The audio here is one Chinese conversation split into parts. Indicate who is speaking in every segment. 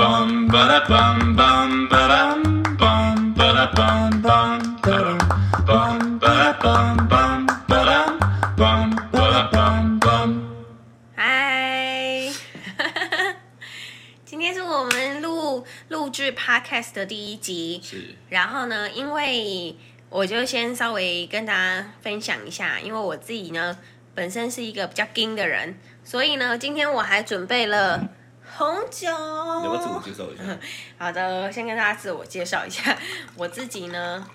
Speaker 1: Bum ba da bum bum ba dum bum ba da bum bum ba dum bum ba da bum bum ba dum bum ba da bum bum.
Speaker 2: 嗨， 今天是我们录录制 podcast 的第一集。
Speaker 1: 是
Speaker 2: 然后呢，因为我就先稍微跟大家分享一下，因为我自己呢本身是一个比较硬的人，所以呢，今天我还准备了红酒。
Speaker 3: 你要不要自
Speaker 2: 哦
Speaker 3: 我介绍一下？
Speaker 2: 好的，先跟大家自我介绍一下， 我自己呢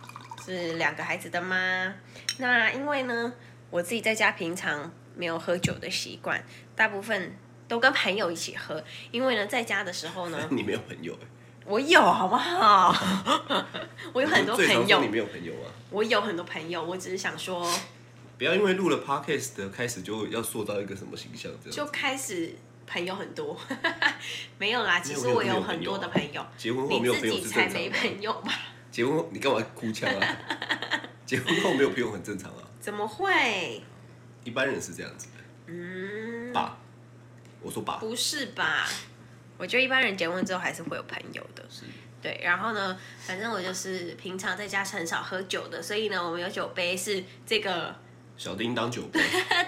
Speaker 2: 是两个孩子的妈。那因为呢，我自己在家平常没有喝酒的习惯，大部分都跟朋友一起喝。因为呢，在家的时候 呢，
Speaker 3: 你没有朋友哎、
Speaker 2: 我有好 不好？我有很多
Speaker 3: 最
Speaker 2: 朋
Speaker 3: 常说
Speaker 2: 友
Speaker 3: 你，没有朋友啊！
Speaker 2: 我有很多朋友，我只是想 说，
Speaker 3: 不要因为录了 podcast 的开始就要塑造一个什么形象这样。
Speaker 2: 就开始朋友很多， 没有啦，其实
Speaker 3: 没有
Speaker 2: 我
Speaker 3: 没有
Speaker 2: 有
Speaker 3: 没有
Speaker 2: 很多的朋
Speaker 3: 朋
Speaker 2: 友，
Speaker 3: 结婚后
Speaker 2: 你
Speaker 3: 没有
Speaker 2: 自
Speaker 3: 朋友
Speaker 2: 己
Speaker 3: 是
Speaker 2: 才
Speaker 3: 正
Speaker 2: 没
Speaker 3: 常
Speaker 2: 朋
Speaker 3: 的。
Speaker 2: 友吧？
Speaker 3: 结婚后你干嘛哭腔啊？ 结婚后没有朋友很正常啊，
Speaker 2: 怎么会？
Speaker 3: 一般人是这样子的。
Speaker 2: 嗯，
Speaker 3: 爸，我说爸，
Speaker 2: 不是吧？我觉得一般人结婚之后还是会有朋友的，
Speaker 3: 是
Speaker 2: 对。然后呢，反正我就是平常在家是很少喝酒的，所以呢，我们有酒杯是这个
Speaker 3: 小叮当酒杯，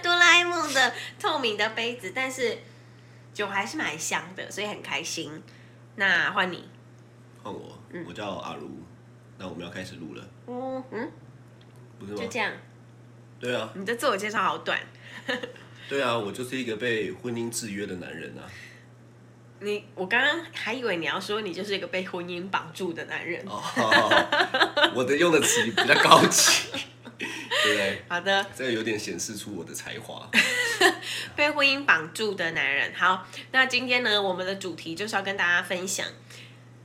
Speaker 2: 哆啦 A 梦的透明的杯子，但是酒还是蛮香的，所以很开心。那换你，
Speaker 3: 换我，我叫阿如，那我们要开始录了，
Speaker 2: 嗯嗯，
Speaker 3: 不是
Speaker 2: 就
Speaker 3: 吗
Speaker 2: 这？样。
Speaker 3: 对啊，
Speaker 2: 你的自我介绍好短，
Speaker 3: 对啊，我就是一个被婚姻制约的男人啊。
Speaker 2: 你我刚刚还以为你要说你就是一个被婚姻绑住的男人。
Speaker 3: 哦，我的用的词比较高级，对不对？
Speaker 2: 好的，
Speaker 3: 这个有点显示出我的才华。
Speaker 2: 被婚姻绑住的男人。好，那今天呢，我们的主题就是要跟大家分享，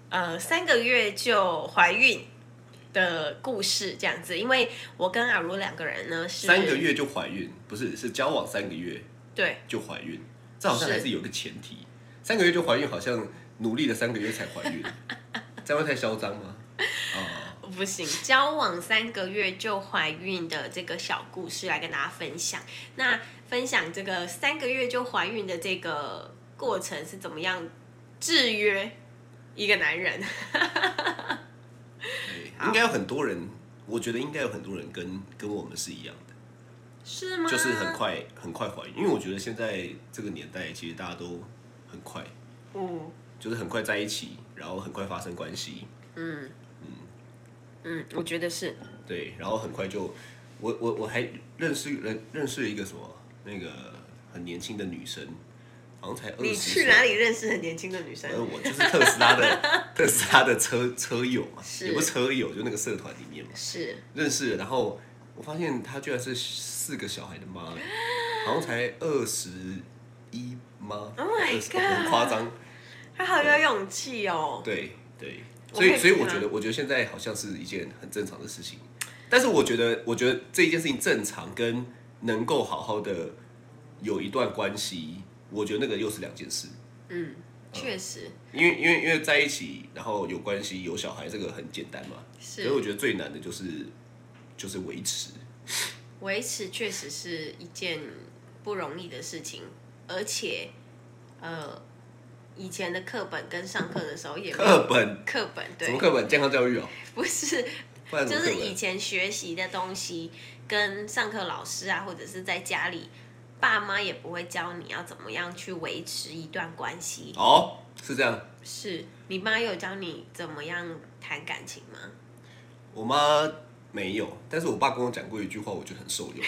Speaker 2: 呃，三个月就怀孕的故事，这样子。因为我跟阿如两个人呢是
Speaker 3: 三个，月就怀孕，不是是交往三个月
Speaker 2: 对，
Speaker 3: 就怀孕，这好像
Speaker 2: 是
Speaker 3: 还是有个前提。三个月就怀孕，好像努力了三个月才怀孕，这样会太嚣张吗？啊、
Speaker 2: 不行，交往三个月就怀孕的这个小故事来跟大家分享。那分享这个三个月就怀孕的这个过程是怎么样制约一个男人？
Speaker 3: 对，应该有很多人，我觉得应该有很多人跟跟我们是一样的，
Speaker 2: 是吗？
Speaker 3: 就是很，快很快怀孕，因为我觉得现在这个年代，其实大家都很快，
Speaker 2: 嗯
Speaker 3: 就是很快在一起，然后很快发生关系，
Speaker 2: 嗯嗯，我觉得是。
Speaker 3: 对，然后很快就，我我我还认识认认识一个什么那个很年轻的女生，好像才二十。
Speaker 2: 你去哪？里认识很年轻的女生
Speaker 3: 反？正我就是特斯 拉的特斯拉的车车友嘛，
Speaker 2: 是
Speaker 3: 也不是车友，就那个社团里面嘛
Speaker 2: 是
Speaker 3: 认识了，然后我发现她居然是四个小孩的妈了，好像才二十一吗
Speaker 2: Oh my
Speaker 3: 20很夸张，
Speaker 2: 她好有勇气哦。
Speaker 3: 对对，
Speaker 2: 我
Speaker 3: 所
Speaker 2: 佩
Speaker 3: 以
Speaker 2: 服
Speaker 3: 所以
Speaker 2: 她
Speaker 3: 我觉得，我觉得现在好像是一件很正常的事情，但是我觉得，我觉得这一件事情正常跟能够好好的有一段关系，我觉得那个又是两件事，
Speaker 2: 嗯，确实
Speaker 3: 因为因为因为在一起，然后有关系有小孩，这个很简单嘛，所
Speaker 2: 是
Speaker 3: 以我觉得最难的就是就是维持，
Speaker 2: 维持，确实是一件不容易的事情，而且呃，以前的课本跟上课的时候也没有
Speaker 3: 课本
Speaker 2: 课本
Speaker 3: 什
Speaker 2: 对
Speaker 3: 么，课本健康教育哦、
Speaker 2: 不是
Speaker 3: 不然什
Speaker 2: 就
Speaker 3: 么课
Speaker 2: 是
Speaker 3: 本
Speaker 2: 以前学习的东西，跟上课老师啊，或者是在家里，爸妈也不会教你要怎么样去维持一段关系。
Speaker 3: 哦是这样，
Speaker 2: 是你妈有教你怎么样谈感情吗？
Speaker 3: 我妈没有，但是我爸跟我讲过一句话，我觉得很受 用，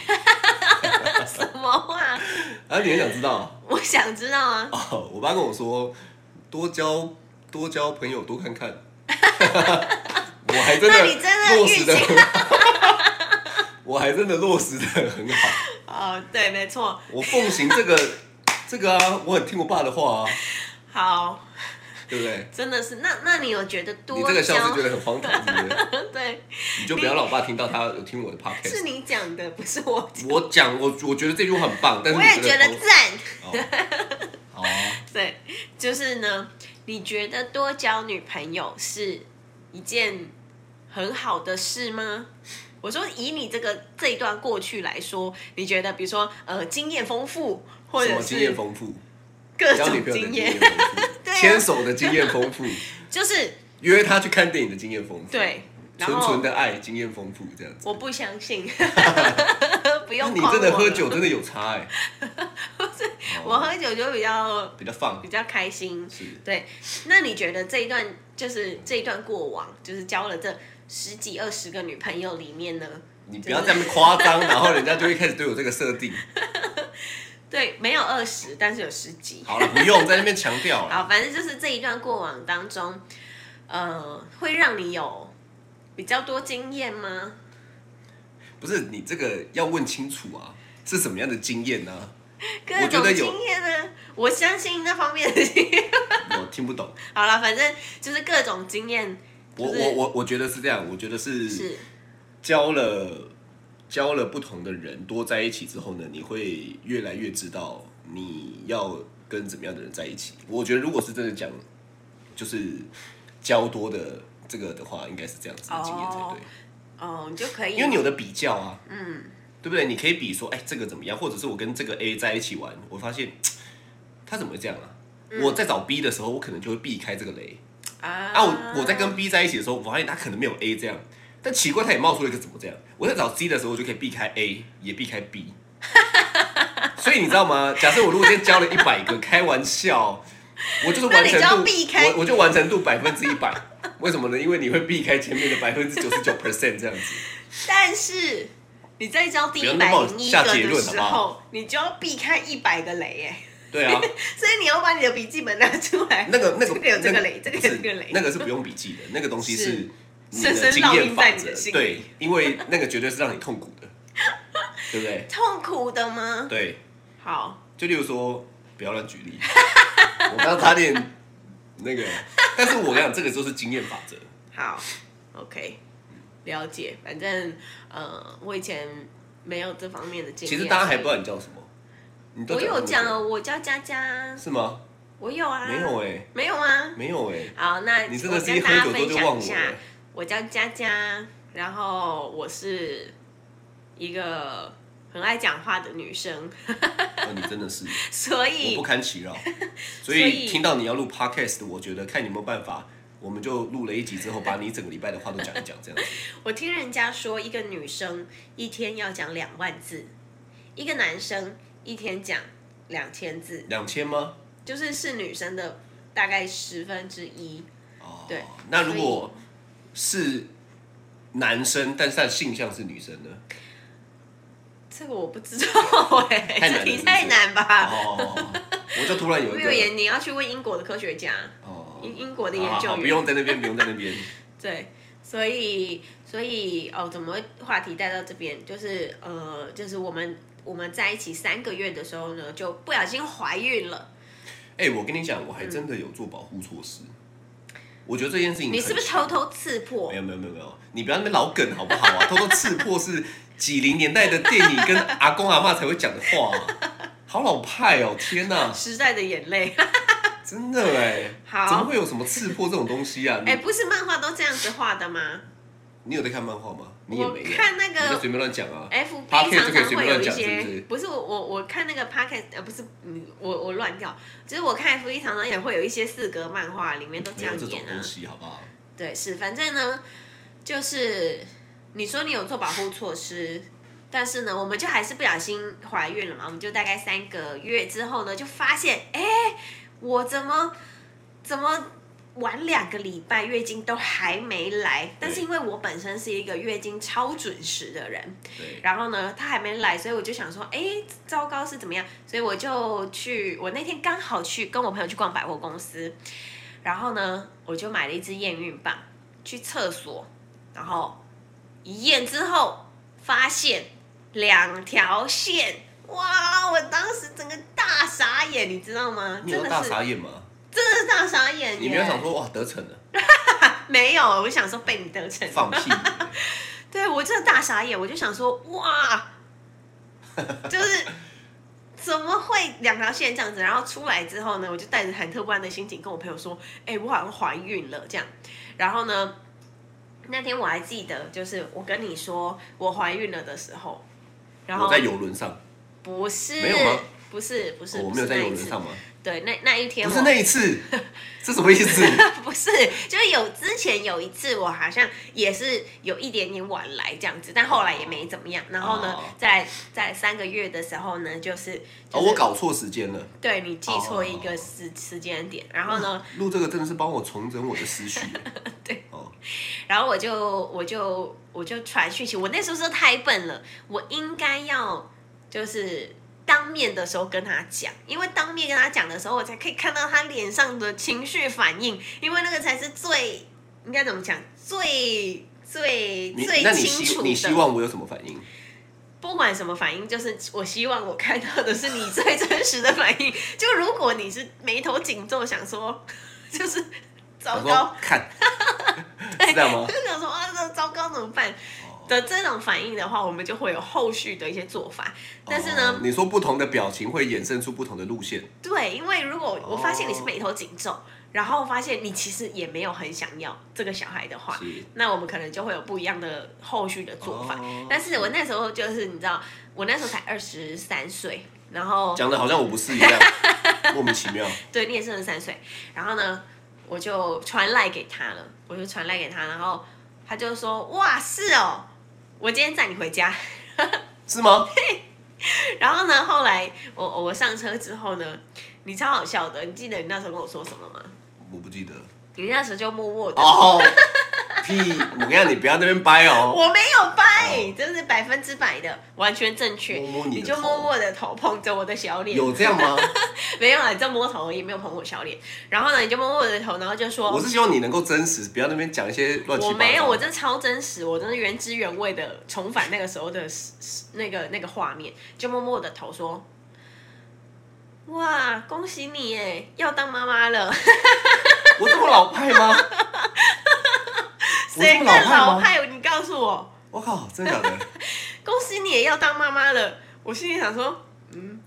Speaker 2: 什么话？
Speaker 3: 啊你很想知道。
Speaker 2: 我想知道啊。
Speaker 3: 哦，我爸跟我说，多交多交朋友，多看看。 我还真
Speaker 2: 那你真的
Speaker 3: 的落实的
Speaker 2: 遇
Speaker 3: 很好， 我还真的落实的很好。
Speaker 2: 哦，对，没错。
Speaker 3: 我奉行这个这个啊，我很听我爸的话啊，
Speaker 2: 好，
Speaker 3: 对不对？
Speaker 2: 真的是。那那你有觉得多
Speaker 3: 你这个笑
Speaker 2: 交
Speaker 3: 是觉得很荒唐，是不 是？
Speaker 2: 对，
Speaker 3: 你就不要让我爸听到他有听我的
Speaker 2: 是
Speaker 3: podcast。
Speaker 2: 你讲的，不是我讲。
Speaker 3: 我讲，我我觉得这句话很棒，但是
Speaker 2: 我
Speaker 3: 你
Speaker 2: 也
Speaker 3: 觉
Speaker 2: 觉
Speaker 3: 得
Speaker 2: 得赞。
Speaker 3: 哦哦，
Speaker 2: 对，就是呢，你觉得多交女朋友是一件很好的事吗？我说，以你这个这一段过去来说，你觉得，比如说，呃，经验丰富，或
Speaker 3: 什
Speaker 2: 者
Speaker 3: 么经验
Speaker 2: 是
Speaker 3: 丰富？
Speaker 2: 各
Speaker 3: 交女
Speaker 2: 种
Speaker 3: 朋友的
Speaker 2: 经
Speaker 3: 经验
Speaker 2: 验，
Speaker 3: 丰富。
Speaker 2: 对，啊
Speaker 3: 牵手的经验丰富，
Speaker 2: 就是
Speaker 3: 约他去看电影的经验丰富，，
Speaker 2: 对，然
Speaker 3: 纯
Speaker 2: 后
Speaker 3: 纯的爱经验丰富这样子。
Speaker 2: 我不相 信，不
Speaker 3: 那
Speaker 2: 用
Speaker 3: 你
Speaker 2: 框
Speaker 3: 真的
Speaker 2: 我
Speaker 3: 喝
Speaker 2: 了
Speaker 3: 酒，真的有差 哎、
Speaker 2: 我喝酒就比较
Speaker 3: 比较放
Speaker 2: 比较开心。
Speaker 3: 是
Speaker 2: 对，那你觉得这一段就是这一段过往，就是交了这十几二十个女朋友里面呢？
Speaker 3: 你不要这么夸张，然后人家就会开始对我这个设 定。
Speaker 2: 对，没有二十，但是有十几。
Speaker 3: 好了，不用在那边强调啊了。
Speaker 2: 好，反正就是这一段过往当中，呃，会让你有比较多经验吗？
Speaker 3: 不是你这个要问清楚啊，是什么样的经验呢、啊
Speaker 2: 各
Speaker 3: 我觉
Speaker 2: 种
Speaker 3: 得有
Speaker 2: 经验呢、我相信那方面的经验。
Speaker 3: 我听不懂。
Speaker 2: 好了，反正就是各种经验，
Speaker 3: 我
Speaker 2: 就是
Speaker 3: 我我我觉得是这样，我觉得是
Speaker 2: 是
Speaker 3: 交了交了不同的人，多在一起之后呢，你会越来越知道你要跟怎么样的人在一起。我觉得如果是真的讲，就是交多的这个的话，应该是这样子的经验才
Speaker 2: 哦
Speaker 3: 对。
Speaker 2: 哦，你就可以
Speaker 3: 因为你有的比较啊，嗯，对不对？你可以比说，哎，这个怎么样？或者是我跟这个 A 在一起玩，我发现他怎么会这样啊？我在找 B 的时候，我可能就会避开这个雷
Speaker 2: 啊
Speaker 3: 啊。我我在跟 B 在一起的时候，我发现他可能没有 A 这样，但奇怪他也冒出了一个怎么这样？我在找 C 的时候，我就可以避开 A，也避 开 B。所以你知道吗？假设我如果今天交了一百个，开玩笑，我就是完成
Speaker 2: 那你就
Speaker 3: 度
Speaker 2: 要避开，
Speaker 3: 我我就完成度百分之一百。为什么呢？因为你会避开前面的百分之九十九 percent 这样子。
Speaker 2: 但是你在教第
Speaker 3: 不要
Speaker 2: 一
Speaker 3: 那
Speaker 2: 百
Speaker 3: 么
Speaker 2: 零一
Speaker 3: 下
Speaker 2: 个
Speaker 3: 结
Speaker 2: 的
Speaker 3: 论好
Speaker 2: 时
Speaker 3: 不好
Speaker 2: 候，你就要避开一百个雷耶，
Speaker 3: 对啊，
Speaker 2: 所以你要把你的笔记本拿出来。
Speaker 3: 那个那个
Speaker 2: 这个有这个雷，
Speaker 3: 那
Speaker 2: 这
Speaker 3: 不
Speaker 2: 个
Speaker 3: 是
Speaker 2: 有这个雷，
Speaker 3: 那个是不用笔记的，那个东西是
Speaker 2: 是
Speaker 3: 你的
Speaker 2: 深深
Speaker 3: 经
Speaker 2: 烙
Speaker 3: 验
Speaker 2: 印
Speaker 3: 法
Speaker 2: 在你
Speaker 3: 则
Speaker 2: 的心，里
Speaker 3: 对，因为那个绝对是让你痛苦的，对不对？
Speaker 2: 痛苦的吗？
Speaker 3: 对，
Speaker 2: 好，
Speaker 3: 就例如说，不要乱举例， 我刚刚差点那个， 但是我跟你讲，这个就是经验法则，
Speaker 2: 好，OK，了解。反正呃，我以前没有这方面的经
Speaker 3: 其
Speaker 2: 验，
Speaker 3: 实大家还不知道你叫什么，你都
Speaker 2: 我有
Speaker 3: 那么
Speaker 2: 讲
Speaker 3: 久
Speaker 2: 哦，我叫佳佳，
Speaker 3: 是吗？
Speaker 2: 我有啊，
Speaker 3: 没有哎，
Speaker 2: 没有啊。
Speaker 3: 没有哎，
Speaker 2: 好，那
Speaker 3: 你真的
Speaker 2: 我
Speaker 3: 是
Speaker 2: 跟
Speaker 3: 一喝
Speaker 2: 大家
Speaker 3: 酒之后
Speaker 2: 分
Speaker 3: 就忘
Speaker 2: 享一
Speaker 3: 我
Speaker 2: 下
Speaker 3: 了，，
Speaker 2: 我叫佳佳，然后我是一个很爱讲话的女生，
Speaker 3: 哦你真的是。
Speaker 2: 所
Speaker 3: 我
Speaker 2: 以
Speaker 3: 不堪其 扰，所
Speaker 2: 所
Speaker 3: 以
Speaker 2: 以
Speaker 3: 听到你要录 podcast，我觉得看有没有办法，我们就录了一集之后，把你整个礼拜的话都讲一讲，这样子。
Speaker 2: 我听人家说，一个女生一天要讲两万字，一个男生一天讲两千字，
Speaker 3: 两千吗？
Speaker 2: 就是是女生的大概十分之一。
Speaker 3: 哦，
Speaker 2: 对。
Speaker 3: 那如果是男生，但是他的性向是女生呢？
Speaker 2: 这个我不知道哎、
Speaker 3: 太难了
Speaker 2: 这题
Speaker 3: 是不是
Speaker 2: 太难吧？
Speaker 3: 哦，我就突然有一
Speaker 2: 没
Speaker 3: 个
Speaker 2: 有研，你要去问英国的科学家，
Speaker 3: 哦，
Speaker 2: 英英国的
Speaker 3: 好
Speaker 2: 研
Speaker 3: 好
Speaker 2: 究
Speaker 3: 好
Speaker 2: 员。
Speaker 3: 不用在那边，不用在那边。
Speaker 2: 对，所以所以哦，怎么会话题带到这边？就是呃，就是我们我们在一起三个月的时候呢，就不小心怀孕了。
Speaker 3: 哎，我跟你讲，我还真的有做保护措施。我觉得这件事情
Speaker 2: 你是不是
Speaker 3: 很
Speaker 2: 偷偷刺破
Speaker 3: 嗯没？有没有没有没有，你不要那边老梗好不好啊？偷 偷刺破是几零年代的电影跟阿公阿妈才会讲的话、啊，好老派哦！天哪，
Speaker 2: 时代的眼 泪。
Speaker 3: 真的哎，
Speaker 2: 好
Speaker 3: 怎么会有什么刺破这种东西啊？你、
Speaker 2: 哎，不是漫画都这样子画的吗
Speaker 3: 你有在看漫画吗？你也没有，
Speaker 2: 我看那个哎
Speaker 3: 你就随便乱讲啊。
Speaker 2: ？F B
Speaker 3: Podcast
Speaker 2: 常
Speaker 3: 就可以
Speaker 2: 常会
Speaker 3: 随
Speaker 2: 有
Speaker 3: 便乱
Speaker 2: 一
Speaker 3: 讲是不
Speaker 2: 些
Speaker 3: 是，
Speaker 2: 不是我我我看那个 Pocket 呃不是嗯我我乱掉，就是我看 F B 常常也会有一些四格漫画里面都这
Speaker 3: 没有
Speaker 2: 样
Speaker 3: 这种
Speaker 2: 演啊
Speaker 3: 东。西好不好？
Speaker 2: 对，是，反正呢，就是你说你有做保护措施，但是呢，我们就还是不小心怀孕了嘛，我们就大概三个月之后呢，就发现，哎，我怎么怎么晚两个礼拜月经都还没来，但是因为我本身是一个月经超准时的人，
Speaker 3: 对，
Speaker 2: 然后呢，他还没来，所以我就想说，哎，糟糕是怎么样？所以我就去，我那天刚好去跟我朋友去逛百货公司，然后呢，我就买了一支验孕棒，去厕所，然后一验之后发现两条线，哇！我当时整个大傻眼，你知道吗？
Speaker 3: 你
Speaker 2: 真
Speaker 3: 有
Speaker 2: 的
Speaker 3: 大
Speaker 2: 是，
Speaker 3: 傻眼吗？
Speaker 2: 真的是大傻眼耶！
Speaker 3: 你没有想说哇得逞了，
Speaker 2: 没有，我想说被你得逞，
Speaker 3: 放屁！
Speaker 2: 对我真的大傻眼，我就想说，哇，就是怎么会两条线这样子？然后出来之后呢，我就带着忐忑不安的心情跟我朋友说，哎、我好像怀孕了这样。然后呢，那天我还记得，就是我跟你说我怀孕了的时候， 然后
Speaker 3: 我在游轮上，
Speaker 2: 不是
Speaker 3: 没有吗
Speaker 2: 不是不是、
Speaker 3: 哦我
Speaker 2: 不
Speaker 3: 没
Speaker 2: 是
Speaker 3: 有在
Speaker 2: 那
Speaker 3: 游
Speaker 2: 一
Speaker 3: 轮
Speaker 2: 次
Speaker 3: 上吗？
Speaker 2: 对，那那一天
Speaker 3: 不
Speaker 2: 我
Speaker 3: 是那一 次，这什么意思？
Speaker 2: 不是，就是有之前有一次，我好像也是有一点点晚来这样子，但后来也没怎么样。然后呢
Speaker 3: 哦，
Speaker 2: 在在三个月的时候呢，就是
Speaker 3: 哦，
Speaker 2: 就是
Speaker 3: 我搞错时间了。
Speaker 2: 对你记错一
Speaker 3: 哦
Speaker 2: 个时时间点，然后呢，
Speaker 3: 录这个真的是帮我重整我的思绪。
Speaker 2: 对，
Speaker 3: 哦，
Speaker 2: 然后我就我就我就传讯息，我那时候是太笨了，我应该要就是当面的时候跟他讲，因为当面跟他讲的时候，我才可以看到他脸上的情绪反应，因为那个才是最应该怎么讲最。最
Speaker 3: 你
Speaker 2: 最
Speaker 3: 那你
Speaker 2: 清
Speaker 3: 希
Speaker 2: 楚
Speaker 3: 你希
Speaker 2: 的，
Speaker 3: 望我有什么反应？
Speaker 2: 不管什么反应，就是我希望我看到的是你最真实的反应。就如果你是眉头紧皱，想说就是糟
Speaker 3: 我
Speaker 2: 糕，
Speaker 3: 说 看，是这样吗？
Speaker 2: 就想说啊，这糟糕怎么办？
Speaker 3: 哦
Speaker 2: 的这种反应的话，我们就会有后续的一些做法。但是呢，
Speaker 3: 哦你说不同的表情会衍生出不同的路线。
Speaker 2: 对，因为如果我发现你是
Speaker 3: 哦
Speaker 2: 眉头紧皱，然后发现你其实也没有很想要这个小孩的话
Speaker 3: 是，
Speaker 2: 那我们可能就会有不一样的后续的做法。
Speaker 3: 哦
Speaker 2: 但是我那时候就是你知道，我那时候才二十三岁，然后
Speaker 3: 讲的好像我不是一 样，莫名其妙。
Speaker 2: 对，你也是二十三岁。然后呢，我就传赖给他了，我就传赖给他，然后他就说：“哇，是哦，我今天载你回家。”
Speaker 3: 是吗？
Speaker 2: 然后呢，后来我我上车之后呢，你超好笑的，你记得你那时候跟我说什么吗？
Speaker 3: 我不记得。
Speaker 2: 你那时候就默默的，
Speaker 3: 哦，屁！我跟你讲，你不要在那边掰哦。
Speaker 2: 我没有掰，这是百分之百的，完全正确。
Speaker 3: 摸摸
Speaker 2: 你
Speaker 3: 你的
Speaker 2: 就
Speaker 3: 头
Speaker 2: 默默的头碰着我的小脸，
Speaker 3: 有这样吗？
Speaker 2: 没有啦，啊你就摸头而已，没有碰我小脸。然后呢，你就摸摸我的头，然后就说
Speaker 3: 我是希望你能够真实，不要那边讲一些乱七
Speaker 2: 哦
Speaker 3: 八
Speaker 2: 我
Speaker 3: 糟。
Speaker 2: 没有，我真的超真实，我真的原汁原味的重返那个时候的那个那个画面，就摸摸我的头说：“哇，恭喜你耶，要当妈妈了。”
Speaker 3: 我这么老派吗？我这
Speaker 2: 谁更
Speaker 3: 么
Speaker 2: 老
Speaker 3: 老派吗？
Speaker 2: 派？你告诉我，
Speaker 3: 我靠，真的假的？
Speaker 2: 恭喜你也要当妈妈了。我心里想说，嗯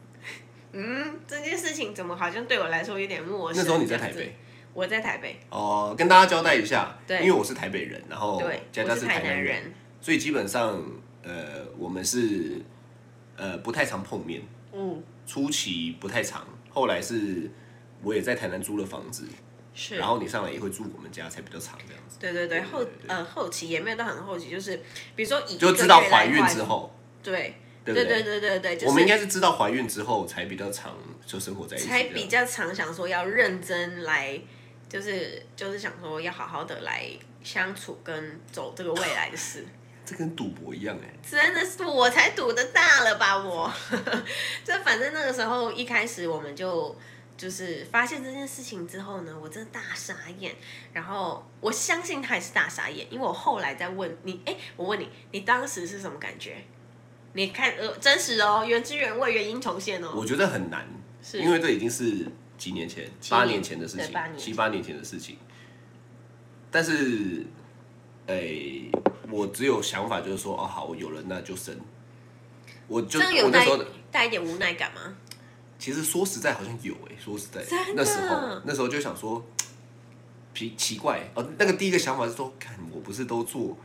Speaker 2: 嗯，这件事情怎么好像对 我来说有点陌生？
Speaker 3: 那时候你在台
Speaker 2: 这样
Speaker 3: 北
Speaker 2: 子，我在台北，
Speaker 3: 哦，跟大家交代一下，
Speaker 2: 对
Speaker 3: 因为我是台北人，然后
Speaker 2: 对，
Speaker 3: 佳佳
Speaker 2: 我是
Speaker 3: 哦台
Speaker 2: 南
Speaker 3: 南人，，所以基本上呃，我们是呃不太常碰面，
Speaker 2: 嗯，
Speaker 3: 初期不太常，后来是我也在台南租了房子，
Speaker 2: 是。
Speaker 3: 然后你上来也会住我们家，才比较长这样子，
Speaker 2: 对对对，
Speaker 3: 对对
Speaker 2: 后
Speaker 3: 对
Speaker 2: 呃后期也没有到很后期，就是比如说以
Speaker 3: 就
Speaker 2: 一个
Speaker 3: 知道
Speaker 2: 月来
Speaker 3: 怀孕之，后，
Speaker 2: 对
Speaker 3: 对不
Speaker 2: 对
Speaker 3: 对
Speaker 2: 对对对对，就是
Speaker 3: 我们应该是知道怀孕之后才比较常就生活在一起这
Speaker 2: 才
Speaker 3: 样，
Speaker 2: 比较常想说要认真来，就是就是想说要好好的来相处跟走这个未来的事。
Speaker 3: 这跟赌博一样哎、
Speaker 2: 真的是我才赌的大了吧我， 这反正那个时候一开始我们就就是发现这件事情之后呢，我真的大傻眼，然后我相信他也是大傻眼，因为我后来再问你，哎，我问你，你当时是什么感觉？你看呃真实哦，原汁原味，原音重现哦，
Speaker 3: 我觉得很难，
Speaker 2: 是
Speaker 3: 因为这已经是几年前、
Speaker 2: 七
Speaker 3: 八年前的事
Speaker 2: 对
Speaker 3: 情
Speaker 2: 八年，前
Speaker 3: 七八年前的事情。但是，诶、我只有想法就是说，哦，好，我有了那就生。我就
Speaker 2: 这样
Speaker 3: 我
Speaker 2: 有
Speaker 3: 那
Speaker 2: 带
Speaker 3: 时候，
Speaker 2: 带一点无奈感吗？
Speaker 3: 其实说实在好像有诶、说实在
Speaker 2: 真的，
Speaker 3: 那时候那时候就想说，奇奇怪哦，那个第一个想法是说，看我不是都做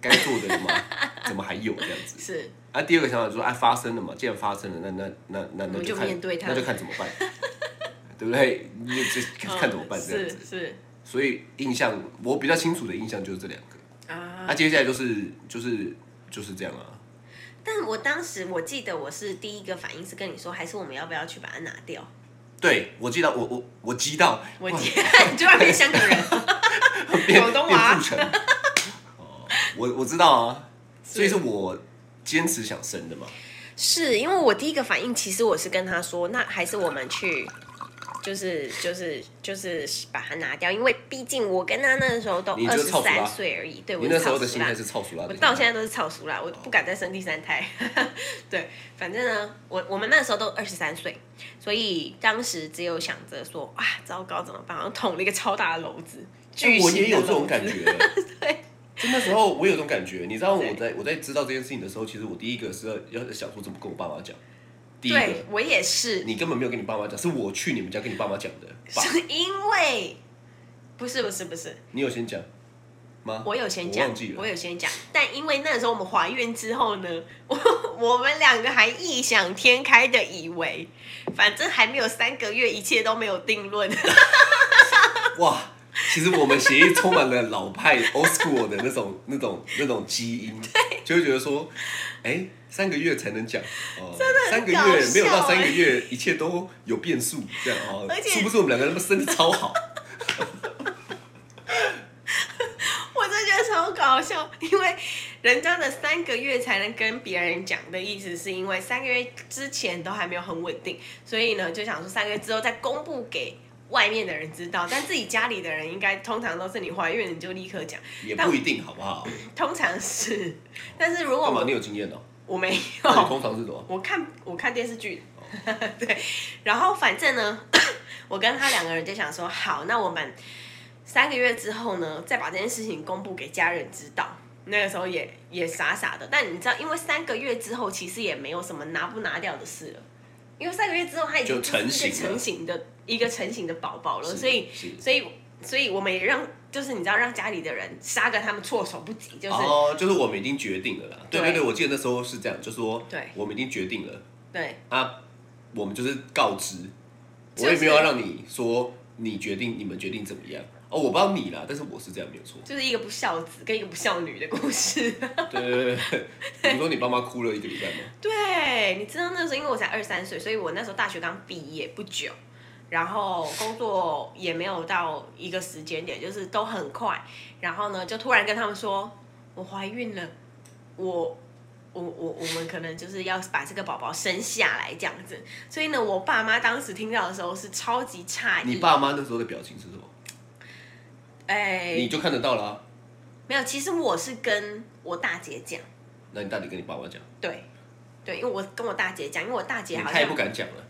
Speaker 3: 该做的了吗？ 怎么还有这样子？
Speaker 2: 是
Speaker 3: 啊，第二个想法就是说，哎、发生了嘛，既然发生了，那那那那
Speaker 2: 我
Speaker 3: 那
Speaker 2: 们
Speaker 3: 就
Speaker 2: 就
Speaker 3: 看，
Speaker 2: 面对它
Speaker 3: 那就看怎么办， 对不对？你就看看怎么办
Speaker 2: 嗯
Speaker 3: 这样子
Speaker 2: 是。是
Speaker 3: 所以印象，我比较清楚的印象就是这两个。
Speaker 2: 啊
Speaker 3: 那、，接下来就是就是就是这样啊。
Speaker 2: 但我当时我记得我是第一个反应是跟你说，还是我们要不要去把它拿掉？
Speaker 3: 对，我记到我我我记到，
Speaker 2: 我
Speaker 3: 哇
Speaker 2: 记， 你居然变香港人，
Speaker 3: 变
Speaker 2: 广东
Speaker 3: 变
Speaker 2: 话
Speaker 3: 富城。 哦，我我知道啊，所以是我坚持想生的嘛。
Speaker 2: 是因为我第一个反应，其实我是跟他说，那还是我们去，就是就是就是把它拿掉，因为毕竟我跟他那个时候都
Speaker 3: 你
Speaker 2: 二
Speaker 3: 就是
Speaker 2: 十
Speaker 3: 操俗
Speaker 2: 三
Speaker 3: 啦
Speaker 2: 岁而已，对我
Speaker 3: 你
Speaker 2: 是
Speaker 3: 那时候
Speaker 2: 操
Speaker 3: 的
Speaker 2: 俗
Speaker 3: 心
Speaker 2: 啦
Speaker 3: 态是超俗辣的
Speaker 2: 我
Speaker 3: 心态，
Speaker 2: 到现在都是草熟啦，我不敢再生第三胎。 对，反正呢，我我们那时候都二十三岁，所以当时只有想着说啊，糟糕怎么办？好像捅了一个超大的篓子，巨
Speaker 3: 哎我
Speaker 2: 型
Speaker 3: 也
Speaker 2: 的
Speaker 3: 有这
Speaker 2: 篓
Speaker 3: 种
Speaker 2: 子
Speaker 3: 感觉。
Speaker 2: 对，
Speaker 3: 就那时候我有种感觉，你知道我
Speaker 2: 对
Speaker 3: 在我在知道这件事情的时候，其实我第一个是要要想说怎么跟我爸妈讲。第一个，
Speaker 2: 对我也是，
Speaker 3: 你根本没有跟你爸妈讲，是我去你们家 跟你爸妈讲的。爸，
Speaker 2: 是因为不是不是不是，
Speaker 3: 你有先讲？吗？
Speaker 2: 我有先
Speaker 3: 我
Speaker 2: 讲，
Speaker 3: 忘记了
Speaker 2: 我有先讲，但因为那时候我们怀孕之后呢， 我我们两个还异想天开的以为，反正还没有三个月，一切都没有定论。
Speaker 3: 哇，其实我们协议充满了老派 old school 的那种、那种、那种基因，就会觉得说，哎、三个月才能讲，哦、三个
Speaker 2: 搞
Speaker 3: 月
Speaker 2: 笑
Speaker 3: 没有到
Speaker 2: 欸
Speaker 3: 三个月，一切都有变数，这样哦
Speaker 2: 而。且
Speaker 3: 殊不知我们两个人身体超好，
Speaker 2: 我真的觉得超搞笑，因为人家的三个月才能跟别人讲的意思，是因为三个月之前都还没有很稳定，所以呢就想说三个月之后再公布给外面的人知道，但自己家里的人应该通常都是你怀孕你就立刻讲，
Speaker 3: 也不一定好不好？
Speaker 2: 通常是，但是如果
Speaker 3: 干嘛？
Speaker 2: 我
Speaker 3: 你有经 验哦、
Speaker 2: 我没
Speaker 3: 那你
Speaker 2: 有，
Speaker 3: 通常是什么？
Speaker 2: 我看我看电视剧， 对，然后反正呢， 我跟他两个人就想说，好，那我们三个月之后呢，再把这件事情公布给家人知道。那个时候也也傻傻的，但你知道，因为三个月之后其实也没有什么拿不拿掉的事了，因为三个月之后他已经
Speaker 3: 就成
Speaker 2: 就是一个
Speaker 3: 型了
Speaker 2: 成型的一个成型的宝宝了，
Speaker 3: 是
Speaker 2: 所以
Speaker 3: 是
Speaker 2: 所以所以我们也让就是你知道让家里的人杀个他们措手不及，就是、
Speaker 3: 哦，就是我们已经决定了啦。对
Speaker 2: 对
Speaker 3: 对对，我记得那时候是这样，就说
Speaker 2: 对
Speaker 3: 我们已经决定了
Speaker 2: 对
Speaker 3: 啊，我们就是告知，
Speaker 2: 就
Speaker 3: 我
Speaker 2: 是。
Speaker 3: 也没有要让你说你决定，你们决定怎么样。哦，我不知道你啦，但是我是这样没有错
Speaker 2: 就是一个不孝子跟一个不孝女的故 事。
Speaker 3: 对对对 对，你说你爸妈哭了一个礼拜吗？
Speaker 2: 对，你知道那时候因为我才二三岁，所以我那时候大学刚毕业不久，然后工作也没有到一个时间点，就是都很快。然后呢，就突然跟他们说我怀孕了，我。我我我们可能就是要把这个宝宝生下来这样子，所以呢，我爸妈当时听到的时候是超级诧异。
Speaker 3: 你爸妈那时候的表情是什么？
Speaker 2: 哎、
Speaker 3: 你就看得到了、啊。
Speaker 2: 没有，其实我是跟我大姐讲，
Speaker 3: 那你到底跟你爸妈讲？
Speaker 2: 对，对，因为我跟我大姐讲，因为我大姐
Speaker 3: 你
Speaker 2: 好
Speaker 3: 太
Speaker 2: 像
Speaker 3: 不敢讲了，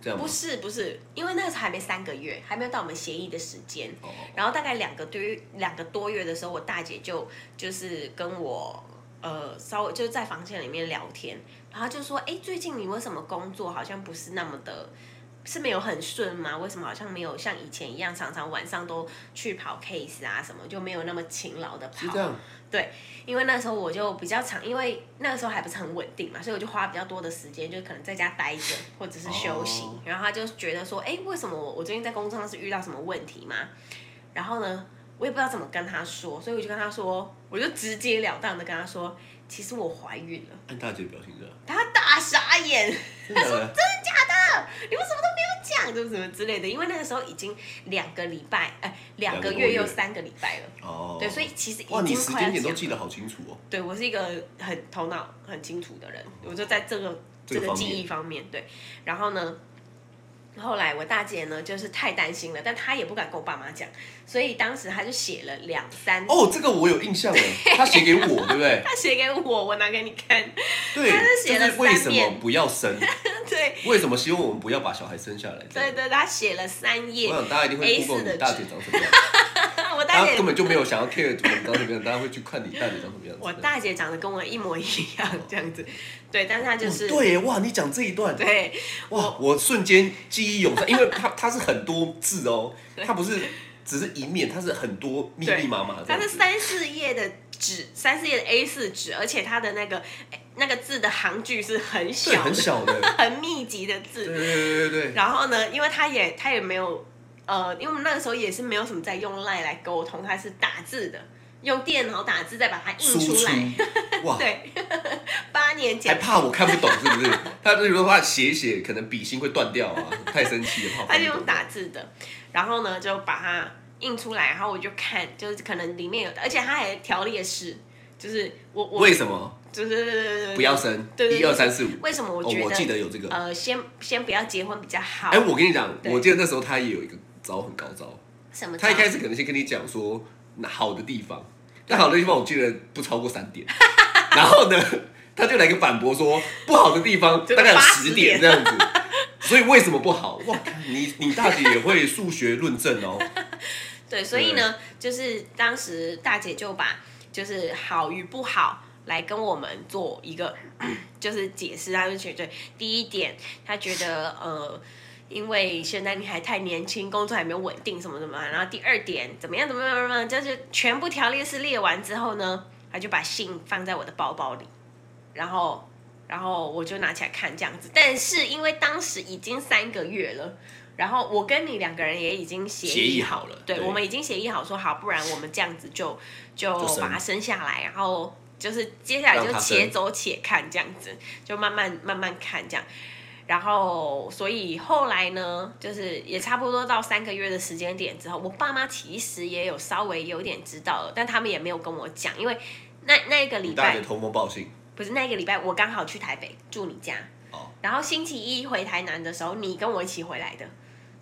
Speaker 3: 这样吗
Speaker 2: 不？是不是，因为那个时候还没三个月，还没有到我们协议的时间。
Speaker 3: 哦，
Speaker 2: 然后大概两个多月两个多月的时候，我大姐就就是跟我呃稍微就是在房间里面聊天，然后她就说：“哎，最近你为什么工作好像不是那么的，是没有很顺吗？为什么好像没有像以前一样，常常晚上都去跑 case 啊什么，就没有那么勤劳的跑
Speaker 3: 是？”这样。
Speaker 2: 因为那时候我就比较常，因为那时候还不是很稳定嘛，所以我就花比较多的时间，就可能在家待着或者是休息。
Speaker 3: 哦
Speaker 2: 然后他就觉得说，哎、为什么我我最近在工作上是遇到什么问题吗？然后呢，我也不知道怎么跟他说，所以我就跟他说，我就直截了当的跟他说，其实我怀孕了。
Speaker 3: 按大姐的表情是这样。
Speaker 2: 他大傻眼，
Speaker 3: 真的假的？
Speaker 2: 你为什么都没有讲，就是什么之类的。因为那个时候已经两个礼拜，哎、两个
Speaker 3: 两个多
Speaker 2: 月
Speaker 3: 月
Speaker 2: 又三个礼拜了。
Speaker 3: 哦，
Speaker 2: 对，所以其实已经
Speaker 3: 哇，
Speaker 2: 快
Speaker 3: 你时
Speaker 2: 要
Speaker 3: 间点
Speaker 2: 讲
Speaker 3: 都
Speaker 2: 了
Speaker 3: 记得好清楚哦。
Speaker 2: 对我是一个很头脑很清楚的人，我就在这个
Speaker 3: 这
Speaker 2: 这
Speaker 3: 个
Speaker 2: 个
Speaker 3: 方
Speaker 2: 记
Speaker 3: 面
Speaker 2: 忆方面对。然后呢，后来我大姐呢就是太担心了，但她也不敢跟我爸妈讲，所以当时她就写了两三，
Speaker 3: 哦，这个我有印象了，他写给我，对不对？
Speaker 2: 她写给我，我拿给你看。
Speaker 3: 对，
Speaker 2: 他是写了
Speaker 3: 就是为
Speaker 2: 三
Speaker 3: 什
Speaker 2: 遍
Speaker 3: 么不要生？
Speaker 2: 对
Speaker 3: 为什么希望我们不要把小孩生下来？这
Speaker 2: 对
Speaker 3: 样
Speaker 2: 对，她写了三页
Speaker 3: 我。想大家一定
Speaker 2: A4
Speaker 3: 会 Google
Speaker 2: 的
Speaker 3: 你大
Speaker 2: 纸
Speaker 3: 姐长什么样，
Speaker 2: 我大
Speaker 3: 大家
Speaker 2: 姐
Speaker 3: 根本就没有想要 care 我们长什么样，大家会去看你大姐长什么样子。
Speaker 2: 我大姐长得跟我一模一样这样子，对，但是她就是、
Speaker 3: 哦对哇，你讲这一段，
Speaker 2: 对
Speaker 3: 哇，我瞬间记忆涌上，因为它它是很多字哦，它不是只是一面，它是很多密密麻麻的。
Speaker 2: 它是三四页的纸，三四页的 A 四纸，而且它的那个那个字的行距是很
Speaker 3: 对
Speaker 2: 小
Speaker 3: 很
Speaker 2: 的，
Speaker 3: 小的，
Speaker 2: 很密集的
Speaker 3: 对
Speaker 2: 字。
Speaker 3: 对对对对 对。
Speaker 2: 然后呢，因为他也他也没有呃，因为我们那个时候也是没有什么在用 LINE 来沟通，他是打字的，用电脑打字再把它
Speaker 3: 输
Speaker 2: 印
Speaker 3: 出
Speaker 2: 出来。
Speaker 3: 哇，
Speaker 2: 对，八年
Speaker 3: 还
Speaker 2: 前
Speaker 3: 怕我看不懂是不是？ 他就说怕写一写，可能笔芯会断掉啊，太生气了，怕我
Speaker 2: 他
Speaker 3: 看
Speaker 2: 就
Speaker 3: 不懂
Speaker 2: 用打字的，然后呢就把它印出来，然后我就看，就是可能里面有，而且他还条列式，就是我我
Speaker 3: 为什么
Speaker 2: 就是
Speaker 3: 不要生？
Speaker 2: 对对对
Speaker 3: 一二三四五。
Speaker 2: 为什么我
Speaker 3: 哦
Speaker 2: 觉，
Speaker 3: 我记
Speaker 2: 得、
Speaker 3: 得有这个。
Speaker 2: 呃先先不要结婚比较好？
Speaker 3: 哎，我跟你讲，
Speaker 2: 对
Speaker 3: 我记得那时候他也有一个招很高招，
Speaker 2: 什么招？
Speaker 3: 他一开始可能先跟你讲说那好的地方，那好的地方我记得不超过三点， 然后呢，他就来个反驳说不好的地方
Speaker 2: 就
Speaker 3: 大概有
Speaker 2: 80
Speaker 3: 十点这样子。所以为什么不好？哇，你你大姐也会数学论 证哦。
Speaker 2: 对，所以呢，就是当时大姐就把就是好与不好来跟我们 做一个就是解释，她就觉得第一点，她觉得呃因为现在你还太年轻，工作还没有稳定，什么什么啊。然后第二点，怎么样怎么样怎么样，就是全部条列式列完之后呢，他就把信放在我的包包里，然后然后我就拿起来看这样子。但是因为当时已经三个月了，然后我跟你两个人也已经协
Speaker 3: 协
Speaker 2: 议
Speaker 3: 议好了，
Speaker 2: 对，我们已经协议好说好，不然我们这样子就就
Speaker 3: 就生
Speaker 2: 把它生下来，然后就是接下来就
Speaker 3: 让它生
Speaker 2: 且走且看这样子，就慢慢慢慢看这样。然后，所以后来呢，就是也差不多到三个月的时间点之后，我爸妈其实也有稍微有点知道了，但他们也没有跟我讲，因为那那一个礼
Speaker 3: 你大
Speaker 2: 拜
Speaker 3: 的通风报信
Speaker 2: 不是那一个礼拜，我刚好去台北住你家，
Speaker 3: 哦，
Speaker 2: 然后星期一回台南的时候，你跟我一起回来的，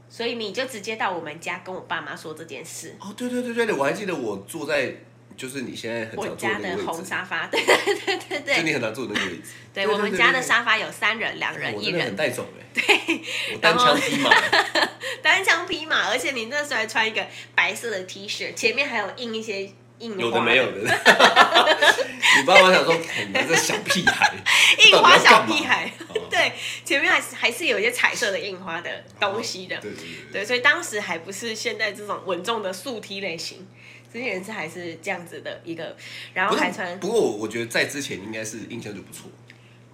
Speaker 2: 所以你就直接到我们家跟我爸妈说这件事。
Speaker 3: 哦，对对对对对，我还记得我坐在就是你现在很
Speaker 2: 我
Speaker 3: 常坐
Speaker 2: 家的
Speaker 3: 那个位
Speaker 2: 红
Speaker 3: 置，
Speaker 2: 沙发，对 对对对
Speaker 3: 就
Speaker 2: 对，
Speaker 3: 你很难坐的那个位置，
Speaker 2: 对我们家的
Speaker 3: 沙
Speaker 2: 沙发有三人、两人、
Speaker 3: 哦我
Speaker 2: 一
Speaker 3: 真的很
Speaker 2: 人，
Speaker 3: 带走 哎，对，我单枪匹马，
Speaker 2: 单枪匹马，而且你那时候还穿一个白色的 T 恤，前面还有印一些印花，
Speaker 3: 有 的没有的， 你爸妈想说，你们这小屁 孩，哦
Speaker 2: 印花小屁孩
Speaker 3: 到底要干嘛，
Speaker 2: 对，前面还是还是有一些彩色的印花的东西的，
Speaker 3: 哦对对对对，
Speaker 2: 对，所以当时还不是现在这种稳重的素 T 类型，之前是还是这样子的一个，然后
Speaker 3: 不
Speaker 2: 还
Speaker 3: 是，
Speaker 2: 穿
Speaker 3: 不过我我觉得在之前应该是印象就不错，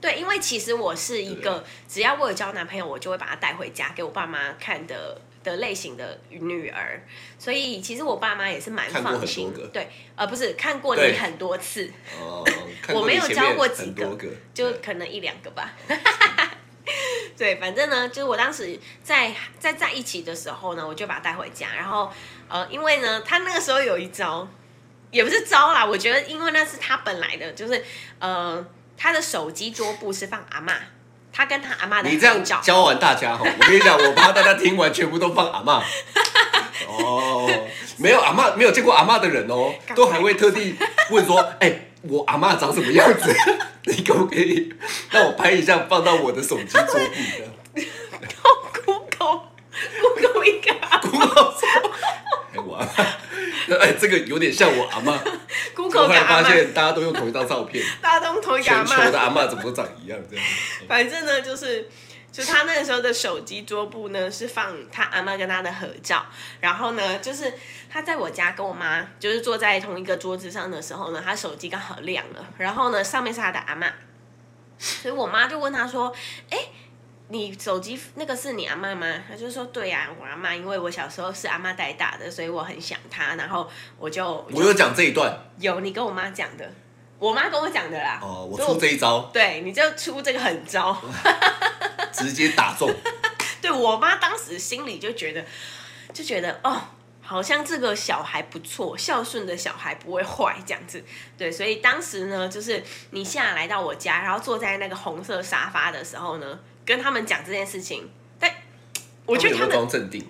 Speaker 2: 对，因为其实我是一个，只要我有交男朋友，我就会把他带回家给我爸妈看的的类型的女儿，所以其实我爸妈也是蛮
Speaker 3: 看过
Speaker 2: 放
Speaker 3: 很
Speaker 2: 心
Speaker 3: 多个。
Speaker 2: 对，呃，不是看过
Speaker 3: 对
Speaker 2: 你很多次，
Speaker 3: 哦，
Speaker 2: 我没有教过
Speaker 3: 过
Speaker 2: 几
Speaker 3: 很
Speaker 2: 个
Speaker 3: 多个，
Speaker 2: 就
Speaker 3: 对
Speaker 2: 可能一两个吧。 对，反正呢，就是我当时在在在一起的时候呢，我就把他带回家，然后呃，因为呢，他那个时候有一招，也不是招啦，我觉得因为那是他本来的，就是呃，他的手机桌布是放阿嬷，他跟他阿嬷的
Speaker 3: 你这样
Speaker 2: 合照，
Speaker 3: 教完大家哈，我跟你讲，我怕大家听完全部都放阿嬷。哦，没有阿嬷，没有见过阿嬷的人哦，
Speaker 2: 赶快
Speaker 3: 都还会特地问说，哎、我阿嬷长什么样子？ 你可不可以让我拍一下放到我的手机桌布的？
Speaker 2: Google Google 一个阿
Speaker 3: 古老说， 哎、我阿嬷，哎、这个有点像我阿嬷。我
Speaker 2: Google
Speaker 3: 后
Speaker 2: 个
Speaker 3: 来
Speaker 2: 阿
Speaker 3: 发
Speaker 2: 嬷，
Speaker 3: 现大家都用同一张照片，
Speaker 2: 大家都同一个阿
Speaker 3: 全球
Speaker 2: 嬷。
Speaker 3: 的阿嬷怎么都长一样这样。
Speaker 2: 反正呢，就是就他那个时候的手机桌布呢是放他阿妈跟他的合照，然后呢，就是他在我家跟我妈就是坐在同一个桌子上的时候呢，他手机刚好亮了，然后呢上面是他的阿妈，所以我妈就问他说：“哎、你手机那个是你阿妈吗？”他就说：“对呀、我阿妈，因为我小时候是阿妈带大的，所以我很想她，然后我就
Speaker 3: 我有讲这一段
Speaker 2: 有你跟我妈讲的，我妈跟我讲的啦。
Speaker 3: 哦，我
Speaker 2: 所以
Speaker 3: 出这 一招，
Speaker 2: 对，你就出这个狠招。
Speaker 3: 直接打中。
Speaker 2: 对我妈当时心里就觉得，就觉得哦，好像这个小孩不错，孝顺的小孩不会坏这样子。对，所以当时呢，就是你下来到我家，然后坐在那个红色沙发的时候呢，跟他们讲这件事情，但我觉得他
Speaker 3: 有没有
Speaker 2: 们，
Speaker 3: 装镇定？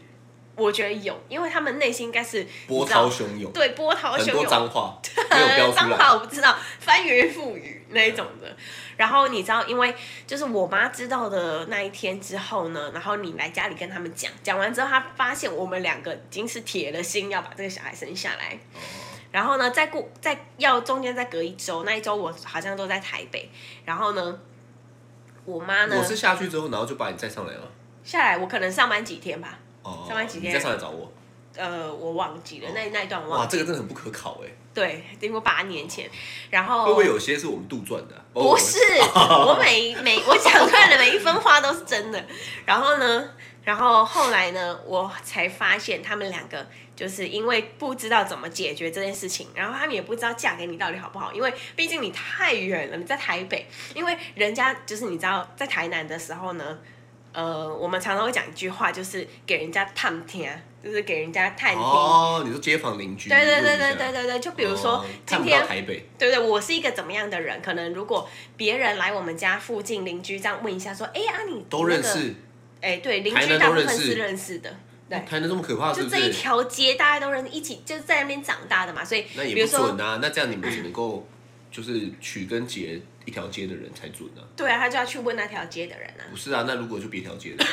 Speaker 2: 我觉得有，因为他们内心应该是
Speaker 3: 波涛汹涌，
Speaker 2: 对波涛
Speaker 3: 很
Speaker 2: 汹
Speaker 3: 多
Speaker 2: 涌，
Speaker 3: 脏话没有标出
Speaker 2: 呃 脏
Speaker 3: 来。
Speaker 2: 话我不知道，翻云覆雨那一种的。然后你知道，因为就是我妈知道的那一天之后呢，然后你来家里跟他们讲，讲完之后，她发现我们两个已经是铁了心要把这个小孩生下来。
Speaker 3: 哦
Speaker 2: 然后呢，再过再要中间再隔一周，那一周我好像都在台北。然后呢，我妈呢
Speaker 3: 我是下去之后，然后就把你载上来了。
Speaker 2: 下来，我可能上班几天吧，
Speaker 3: 哦，
Speaker 2: 上班几天
Speaker 3: 你再上来找我。
Speaker 2: 呃，我忘记了那那一段我
Speaker 3: 哦哇，
Speaker 2: 忘记，
Speaker 3: 这个真的很不可考哎，
Speaker 2: 对，经过八年前，然后
Speaker 3: 会不会有些是我们杜撰的啊？
Speaker 2: 哦不 是，我每每我讲出来的每一分话都是真的。然后呢，然后后来呢，我才发现他们两个就是因为不知道怎么解决这件事情，然后他们也不知道嫁给你到底好不好，因为毕竟你太远了，你在台北，因为人家就是你知道在台南的时候呢。呃，我们常常会讲一句话，就是给人家探听，啊就是给人家探听。
Speaker 3: 哦，你说街坊邻居？
Speaker 2: 对对对
Speaker 3: 问
Speaker 2: 对
Speaker 3: 一下
Speaker 2: 对对对，就比如说、
Speaker 3: 哦
Speaker 2: 今
Speaker 3: 看不
Speaker 2: 天
Speaker 3: 到台北，
Speaker 2: 对不对？我是一个怎么样的人？可能如果别人来我们家附近邻居这样问一下，说：“哎啊你，
Speaker 3: 都认
Speaker 2: 那个。
Speaker 3: 识，”
Speaker 2: 哎，对，邻
Speaker 3: 台
Speaker 2: 居
Speaker 3: 南
Speaker 2: 大部
Speaker 3: 都
Speaker 2: 分
Speaker 3: 认识
Speaker 2: 是认识的，对，
Speaker 3: 台南这么可怕，是
Speaker 2: 就
Speaker 3: 不
Speaker 2: 这一
Speaker 3: 是？
Speaker 2: 条街大家都认识，一起就是在那边长大的嘛，所以
Speaker 3: 那
Speaker 2: 比
Speaker 3: 也
Speaker 2: 如
Speaker 3: 不
Speaker 2: 说
Speaker 3: 准，啊，那这样你们只能够就是取跟结一条街的人才准啊。
Speaker 2: 对啊，他就要去问那条街的人啊。
Speaker 3: 不是啊，那如果就别条街的，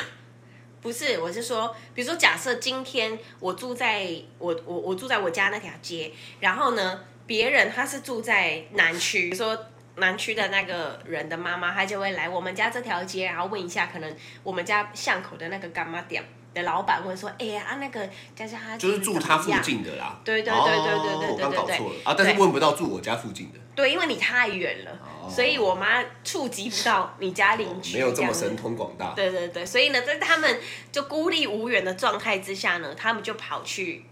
Speaker 2: 不是，我是说，比如说，假设今天我住在我我我住在我家那条街，然后呢，别人他是住在南区，比如说南区的那个人的妈妈，她就会来我们家这条街，然后问一下可能我们家巷口的那个干妈店的老板问说，哎呀 啊那个佳佳她
Speaker 3: 就是住他附
Speaker 2: 怎么样
Speaker 3: 近的啦。
Speaker 2: 对对对
Speaker 3: 哦
Speaker 2: 对对对对
Speaker 3: 我刚搞错了
Speaker 2: 对
Speaker 3: 啊！但是
Speaker 2: 对
Speaker 3: 问不到住我家附近的，
Speaker 2: 对，因为你太远了，
Speaker 3: 哦
Speaker 2: 所以我妈触及不到你家邻居，
Speaker 3: 没有这么
Speaker 2: 样子
Speaker 3: 神通广大。
Speaker 2: 对对对，所以呢，在他们就孤立无援的状态之下呢，他们就跑去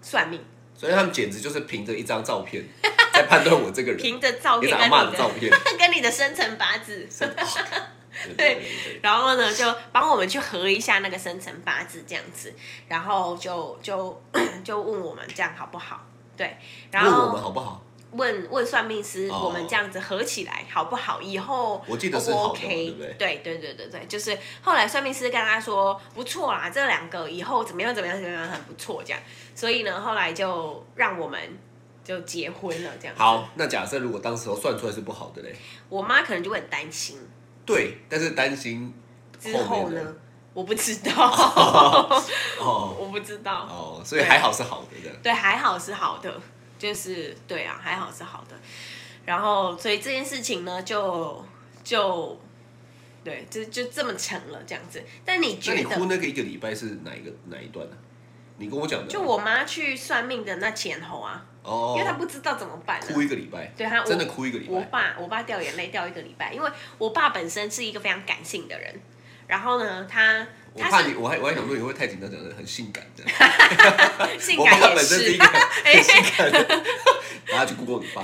Speaker 2: 算命，
Speaker 3: 所以他们简直就是凭着一张照片 在判断我这 个人，
Speaker 2: 凭着照
Speaker 3: 也
Speaker 2: 片
Speaker 3: 是
Speaker 2: 跟
Speaker 3: 阿
Speaker 2: 你
Speaker 3: 嬷
Speaker 2: 的
Speaker 3: 的照片。
Speaker 2: 跟你的生辰八字，
Speaker 3: 真的对对对对
Speaker 2: 然后呢，就帮我们去合一下那个生辰八字这样子，然后就就 就问我们这样好不好？对，然
Speaker 3: 问我们
Speaker 2: 后
Speaker 3: 好不好？
Speaker 2: 问问算命师，
Speaker 3: 哦
Speaker 2: 我们这样子合起来好不好？以后
Speaker 3: 我记得
Speaker 2: O
Speaker 3: 是
Speaker 2: 不
Speaker 3: 好的嘛
Speaker 2: OK？
Speaker 3: 对不对
Speaker 2: 对对对对对就是后来算命师跟他说不错啦，这两个以后怎么样怎么样怎么样很不错这样，所以呢，后来就让我们就结婚了这样。，
Speaker 3: 好，那假设如果当时候算出来是不好的嘞，
Speaker 2: 我妈可能就会很担心，
Speaker 3: 对，但是担心
Speaker 2: 之后
Speaker 3: 面
Speaker 2: 呢
Speaker 3: 的，
Speaker 2: 我不知道，
Speaker 3: 哦
Speaker 2: 我不知道。
Speaker 3: 哦，所以还好是好的这样。
Speaker 2: 对，还好是好的，就是对啊，还好是好的。然后，所以这件事情呢，就就对，就就这么成了这样子。但你
Speaker 3: 那
Speaker 2: 觉
Speaker 3: 你哭
Speaker 2: 得，
Speaker 3: 那个一个礼拜是哪一个哪一段呢、你跟我讲的啊，
Speaker 2: 就我妈去算命的那前后啊，
Speaker 3: 哦，
Speaker 2: 因为她不知道怎么办、
Speaker 3: 哭
Speaker 2: 啊。
Speaker 3: 一个礼拜，
Speaker 2: 对她
Speaker 3: 真的
Speaker 2: 我
Speaker 3: 哭一个礼
Speaker 2: 我
Speaker 3: 拜，
Speaker 2: 爸，我爸掉眼泪掉一个礼拜，因为我爸本身是一个非常感性的人。然后呢，他
Speaker 3: 我
Speaker 2: 他
Speaker 3: 怕
Speaker 2: 是
Speaker 3: 你，我还我还想说你会不会太紧张，讲的很性感这样。
Speaker 2: 性
Speaker 3: 我
Speaker 2: 感
Speaker 3: 爸
Speaker 2: 也
Speaker 3: 本身是
Speaker 2: 是
Speaker 3: 一个，
Speaker 2: 哎
Speaker 3: 很性感的，大家去 Google 你爸，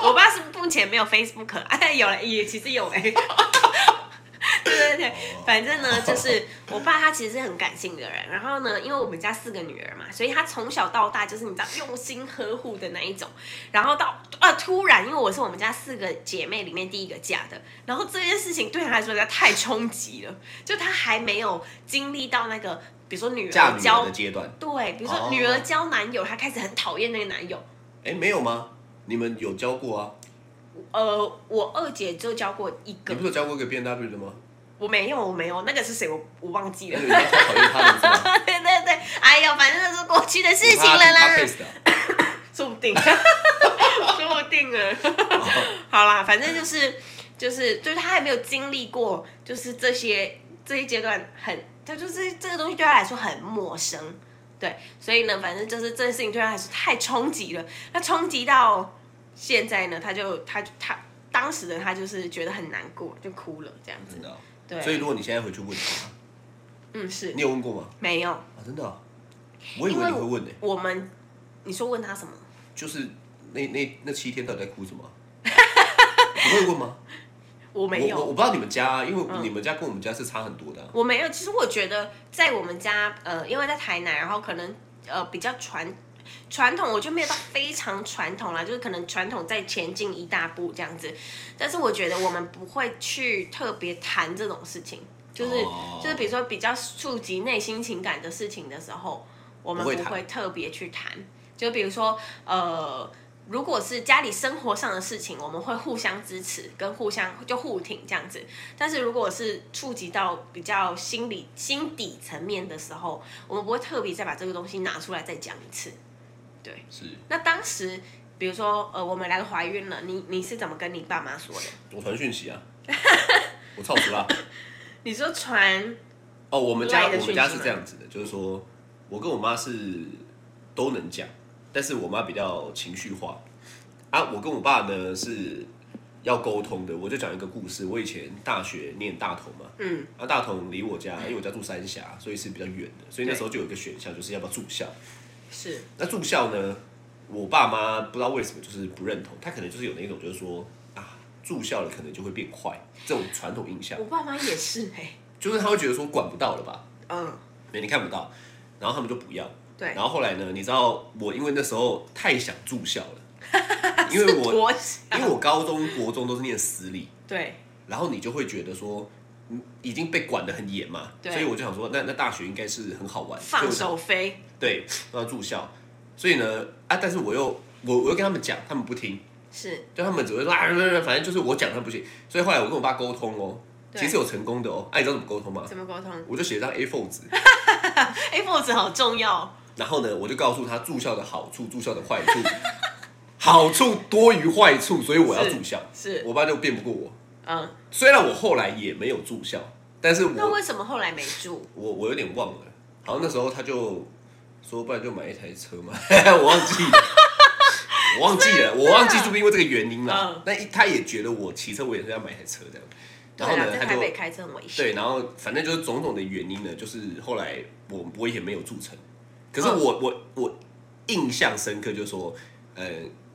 Speaker 2: 我爸是目前没有 Facebook，哎， 有了，也其实有哎、 对对
Speaker 3: 哦
Speaker 2: 对，反正呢，就是我爸他其实是很感性的人，然后呢，因为我们家四个女儿嘛，所以他从小到大就是你知道用心呵护的那一种。然后到啊，突然因为我是我们家四个姐妹里面第一个嫁的，然后这件事情对他来说他太冲击了，就他还没有经历到那个，比如说女
Speaker 3: 嫁
Speaker 2: 儿
Speaker 3: 女儿
Speaker 2: 交
Speaker 3: 的阶段，
Speaker 2: 对，比如
Speaker 3: 哦
Speaker 2: 说女儿交男友，他开始很讨厌那个男友。
Speaker 3: 哎，没有吗？你们有教过啊？
Speaker 2: 呃，我二姐就交过一
Speaker 3: 你
Speaker 2: 个
Speaker 3: 不，是有教过一个 B N W 的吗？
Speaker 2: 我没有，我没有，那个是谁？我我忘记
Speaker 3: 那
Speaker 2: 了
Speaker 3: 你。超讨厌他的是吧，
Speaker 2: 对对对，哎呦，反正那是过去的 事
Speaker 3: 你
Speaker 2: 情
Speaker 3: 怕
Speaker 2: 了
Speaker 3: 他
Speaker 2: 啦
Speaker 3: 听 podcast 啊
Speaker 2: 说不定， 说不定了。 好啦，反正就是就是就是他还没有经历过，就是这些这一阶段很，他就是这个东西对他来说很陌生，对，所以呢，反正就是这件事情对他来说太冲击了。那冲击到现在呢，他就他他当时的他就是觉得很难过，就哭了这样子
Speaker 3: 真。的啊。
Speaker 2: 对，
Speaker 3: 所以如果你现在回去问他，
Speaker 2: 嗯是
Speaker 3: 你有问过吗？
Speaker 2: 没有，
Speaker 3: 啊，真的啊，我以
Speaker 2: 因
Speaker 3: 为
Speaker 2: 为
Speaker 3: 你会问呢，
Speaker 2: 我们你说问他什么？
Speaker 3: 就是那那那七天到底在哭什么啊？你会问吗？
Speaker 2: 我 没有，
Speaker 3: 我我我不知道你们家啊，因为
Speaker 2: 嗯
Speaker 3: 你们家跟我们家是差很多的啊。
Speaker 2: 我没有，其实我觉得在我们家，呃，因为在台南，然后可能呃比较传传统，我就没有到非常传统啦，就是可能传统再前进一大步这样子。但是我觉得我们不会去特别谈这种事情，就是、
Speaker 3: 哦
Speaker 2: 就是比如说比较触及内心情感的事情的时候，我们
Speaker 3: 不会
Speaker 2: 不
Speaker 3: 谈
Speaker 2: 会特别去谈。就比如说呃。如果是家里生活上的事情，我们会互相支持跟互相就互挺这样子。但是如果是触及到比较心理心底层面的时候，我们不会特别再把这个东西拿出来再讲一次。
Speaker 3: 是
Speaker 2: 那当时，比如说，呃，我们两个怀孕了，你你是怎么跟你爸妈说的？
Speaker 3: 我传 讯息啊，我操死啦！
Speaker 2: 你说传
Speaker 3: 哦，我们家
Speaker 2: Line 的
Speaker 3: 我们家
Speaker 2: 讯息
Speaker 3: 是
Speaker 2: 吗
Speaker 3: 这样子的，就是说我跟我妈是都能讲，但是我妈比较情绪化啊。我跟我爸呢是要沟通的，我就讲一个故事。我以前大学念大同嘛，
Speaker 2: 嗯，
Speaker 3: 啊，大同离我家，因为我家住三峡，所以是比较远的，所以那时候就有一个选项，就是要不要住校。
Speaker 2: 是
Speaker 3: 那住校呢，我爸妈不知道为什么就是不认同，他可能就是有那种就是说啊，住校了可能就会变坏这种传统印象
Speaker 2: 我，爸妈也是哎、
Speaker 3: 就是他会觉得说管不到了吧，
Speaker 2: 嗯，
Speaker 3: 对，你看不到，然后他们就不要。
Speaker 2: 对
Speaker 3: 然，后后来呢，你知道我因为那时候太想住校了， 因为我
Speaker 2: 我
Speaker 3: 因为我高中、国中都是念私立，
Speaker 2: 对
Speaker 3: 然后你就会觉得说。嗯已经被管得很严嘛，
Speaker 2: 对
Speaker 3: 所以我就想说，那那大学应该是很好玩，所以
Speaker 2: 放
Speaker 3: 我想
Speaker 2: 手飞，
Speaker 3: 对，然后住校，所以呢，啊，但是我又我我又跟他们讲，他们不听，
Speaker 2: 是
Speaker 3: 就他们只会说啊， 反正就是我讲他们不信，所以后来我跟我爸沟通哦，
Speaker 2: 对
Speaker 3: 其实有成功的哦，哎、你知道怎么沟通吗？
Speaker 2: 怎么沟通
Speaker 3: 我就写一张 A4 纸，
Speaker 2: ？A 4 o 好重要，
Speaker 3: 然后呢，我就告诉他住校的好处、住校的坏处。 好处多于坏处，所以我要住校。
Speaker 2: 是是
Speaker 3: 我爸就辩不过我。
Speaker 2: 嗯，
Speaker 3: 虽然我后来也没有住校，但是
Speaker 2: 那
Speaker 3: 我
Speaker 2: 为什么后来没住？
Speaker 3: 我我有点忘了。好像那时候他就说，不然就买一台车嘛， 我忘记了。我 忘记了，我忘记住，因为这个原因啦
Speaker 2: 啊嗯。
Speaker 3: 那、一他也觉得我骑车，我也是要买台车这样。然后
Speaker 2: 对啦啊
Speaker 3: 呢，
Speaker 2: 在
Speaker 3: 他
Speaker 2: 台
Speaker 3: 就
Speaker 2: 北开车很危险。
Speaker 3: 对，然后反正就是种种的原因呢，就是后来我我也没有住成。可是
Speaker 2: 嗯
Speaker 3: 我、我我印象深刻，就是说，呃，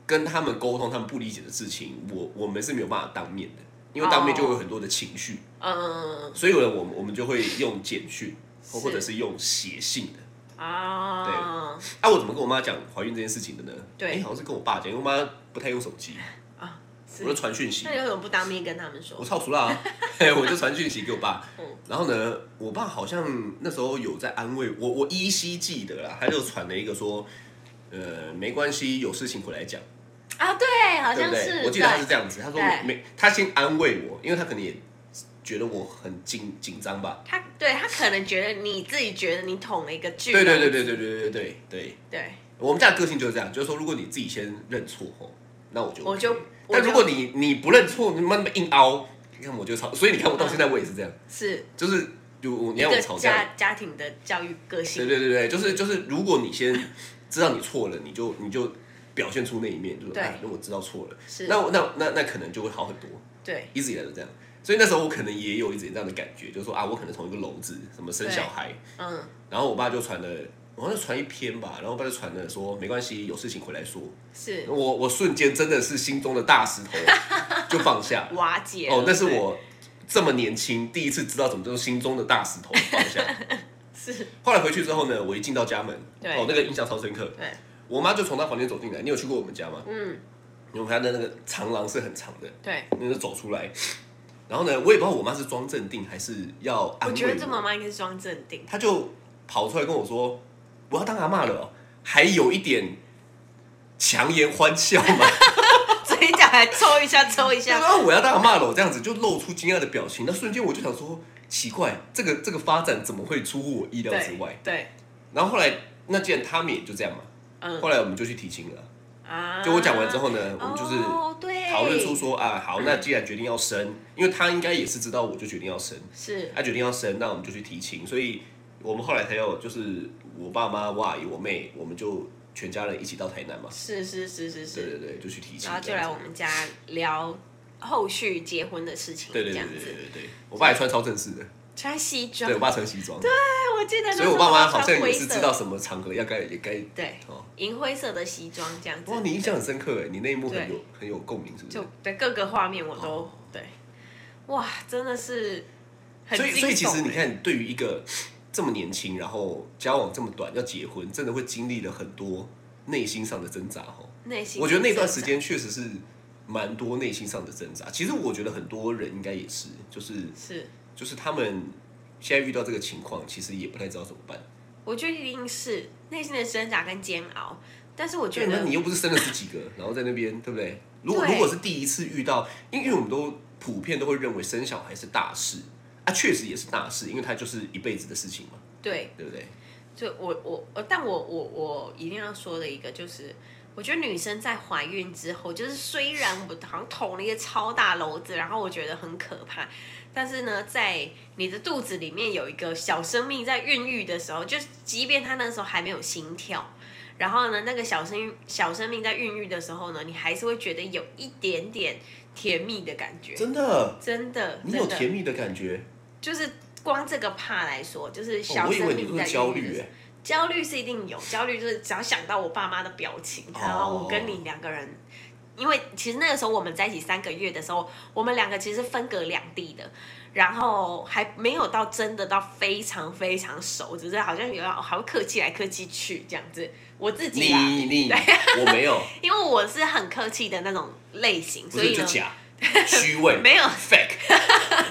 Speaker 3: 跟他们沟通他们不理解的事情，我我们是没有办法当面的，因为当面
Speaker 2: 哦
Speaker 3: 就会有很多的情绪，
Speaker 2: 嗯
Speaker 3: 所以呢，我们我们就会用简讯或
Speaker 2: 是
Speaker 3: 或者是用写信的。
Speaker 2: 啊，
Speaker 3: 啊，我怎么跟我妈讲怀孕这件事情的呢？
Speaker 2: 对
Speaker 3: 诶好像是跟我爸讲，因为我妈不太用手 机，
Speaker 2: 是
Speaker 3: 我就传讯息
Speaker 2: 那。你为什么不当面跟他们说
Speaker 3: 我？超熟啦、 啊，嘿我就传讯息给我爸
Speaker 2: 嗯，
Speaker 3: 然后呢，我爸好像那时候有在安慰我，我依稀记得啦，他就传了一个说，呃，没关系，有事情回来讲，
Speaker 2: 啊，对，好
Speaker 3: 对
Speaker 2: 像
Speaker 3: 不
Speaker 2: 是，
Speaker 3: 对？我记得他是这样子，他说
Speaker 2: 对哎
Speaker 3: 没，他先安慰我，因为他可能也觉得我很紧紧张吧，
Speaker 2: 他对他可能觉得你自己觉得你捅了一个巨
Speaker 3: 对对
Speaker 2: 人
Speaker 3: 对对对对对对对，
Speaker 2: 对
Speaker 3: 我们家的个性就是这样，就是说如果你自己先认错吼，那我就 OK、
Speaker 2: 我就我
Speaker 3: 但
Speaker 2: 就
Speaker 3: 如果你你不认错，你妈那么硬凹，你看我就吵，所以你看我到现在我也是这样，
Speaker 2: 是
Speaker 3: 就是就我你
Speaker 2: 一
Speaker 3: 要我
Speaker 2: 个
Speaker 3: 吵架
Speaker 2: 家。家庭的教育个
Speaker 3: 对
Speaker 2: 性，
Speaker 3: 对对对，就是就是，如果你先知道你错了，你就你就表现出那一面，就是
Speaker 2: 对
Speaker 3: 哎，那我知道错了，
Speaker 2: 是
Speaker 3: 那我那那那可能就会好很多，
Speaker 2: 对
Speaker 3: 一直以来都这样。所以那时候我可能也有一点这样的感觉，就是说啊，我可能从一个篓子什么生小孩，
Speaker 2: 嗯
Speaker 3: 然后我爸就传了，我好像传一篇吧，然后我爸就传了说没关系，有事情回来说。
Speaker 2: 是
Speaker 3: 我我瞬间真的是心中的大石头就放下，
Speaker 2: 瓦解了
Speaker 3: 哦，那是
Speaker 2: 对
Speaker 3: 我这么年轻第一次知道怎么叫做心中的大石头放下。
Speaker 2: 是
Speaker 3: 后来回去之后呢，我一进到家门，
Speaker 2: 对
Speaker 3: 哦，那个印象超深刻。
Speaker 2: 对
Speaker 3: 我妈就从她房间走进来，你有去过我们家吗？
Speaker 2: 嗯
Speaker 3: 因为我们家的那个长廊是很长的，
Speaker 2: 对，
Speaker 3: 那就走出来。然后呢，我也不知道我妈是装镇定还是要安慰
Speaker 2: 我觉得这妈妈应该是装镇定，
Speaker 3: 她就跑出来跟我说：“我要当阿嬷了哦、还有一点强颜欢笑嘛。
Speaker 2: 嘴角还抽一下抽一
Speaker 3: 然
Speaker 2: 下，
Speaker 3: 后我要当阿嬷了哦，这样子就露出惊讶的表情。那瞬间我就想说，奇怪，这个这个发展怎么会出乎我意料之外
Speaker 2: 对？对
Speaker 3: 然后后来，那既然他们也就这样嘛，
Speaker 2: 嗯
Speaker 3: 后来我们就去提亲了。
Speaker 2: 啊，
Speaker 3: 就我讲完之后呢，我们就是
Speaker 2: 哦对
Speaker 3: 讨论出说啊，好，那既然决定要生，因为他应该也是知道我就决定要生，
Speaker 2: 是
Speaker 3: 他决定要生，那我们就去提亲，所以我们后来才有就是我爸妈、我阿姨、我妹，我们就全家人一起到台南嘛，
Speaker 2: 是是是是
Speaker 3: 对对
Speaker 2: 是，
Speaker 3: 对，就去提亲，
Speaker 2: 然后就来我们家聊后续结婚的事情，
Speaker 3: 对
Speaker 2: 这
Speaker 3: 对对
Speaker 2: 样
Speaker 3: 对对
Speaker 2: 子
Speaker 3: 对对，我爸也穿超正式的，
Speaker 2: 穿西装，
Speaker 3: 对我爸穿西装，
Speaker 2: 哎 我记得那
Speaker 3: 所以我
Speaker 2: 时候
Speaker 3: 爸妈
Speaker 2: 他
Speaker 3: 好像
Speaker 2: 穿
Speaker 3: 也
Speaker 2: 灰
Speaker 3: 是
Speaker 2: 色
Speaker 3: 知道什么场合要该也该
Speaker 2: 对
Speaker 3: 哦。
Speaker 2: 银灰色的西装这样子。
Speaker 3: 哇，你印象很深刻哎，你那一幕很
Speaker 2: 对
Speaker 3: 有很有共鸣，是不是
Speaker 2: 就？对各个画面我
Speaker 3: 哦
Speaker 2: 都对，哇，真的是很
Speaker 3: 所以，所以其
Speaker 2: 惊悚
Speaker 3: 实你
Speaker 2: 欸，
Speaker 3: 看，对于一个这么年轻，然后交往这么短，要结婚，真的会经历了很多内心上的挣扎哦。
Speaker 2: 内心
Speaker 3: 我觉得那段时
Speaker 2: 挣扎
Speaker 3: 间确实是蛮多内心上的挣扎。其实我觉得很多人应该也是，就是
Speaker 2: 是，
Speaker 3: 就是他们现在遇到这个情况，其实也不太知道怎么办。
Speaker 2: 我觉得一定是内心的挣扎跟煎熬，但是我觉
Speaker 3: 对，那
Speaker 2: 得
Speaker 3: 你又不是生了十几个，然后在那边，对不对？如果
Speaker 2: 对
Speaker 3: 如果是第一次遇到，因为我们都普遍都会认为生小孩是大事啊，确实也是大事，因为它就是一辈子的事情嘛，
Speaker 2: 对，
Speaker 3: 对不对？
Speaker 2: 就我我我，但我我我一定要说的一个就是。我觉得女生在怀孕之后，就是虽然我好像捅了一个超大篓子，然后我觉得很可怕，但是呢，在你的肚子里面有一个小生命在孕育的时候，就是即便她那时候还没有心跳，然后呢，那个小生小生命在孕育的时候呢，你还是会觉得有一点点甜蜜的感觉，
Speaker 3: 真的，
Speaker 2: 真的，
Speaker 3: 你有
Speaker 2: 真的
Speaker 3: 甜蜜的感觉，
Speaker 2: 就是光这个怕来说，就是
Speaker 3: 哦
Speaker 2: 小
Speaker 3: 我以
Speaker 2: 生
Speaker 3: 为你
Speaker 2: 命
Speaker 3: 会
Speaker 2: 在
Speaker 3: 焦
Speaker 2: 孕育的
Speaker 3: 虑
Speaker 2: 时候
Speaker 3: 哎，
Speaker 2: 焦虑是一定有，焦虑就是只要想到我爸妈的表情，
Speaker 3: 哦
Speaker 2: 然后我跟你两个人，因为其实那个时候我们在一起三个月的时候，我们两个其实分隔两地的，然后还没有到真的到非常非常熟，只是好像有要好像客气来客气去这样子。我自己啊，
Speaker 3: 你你我没 有，
Speaker 2: 因为我是很客气的那种类型，
Speaker 3: 不
Speaker 2: 所
Speaker 3: 是
Speaker 2: 以
Speaker 3: 就
Speaker 2: 呢，
Speaker 3: 假 虚伪，
Speaker 2: 没有
Speaker 3: fake，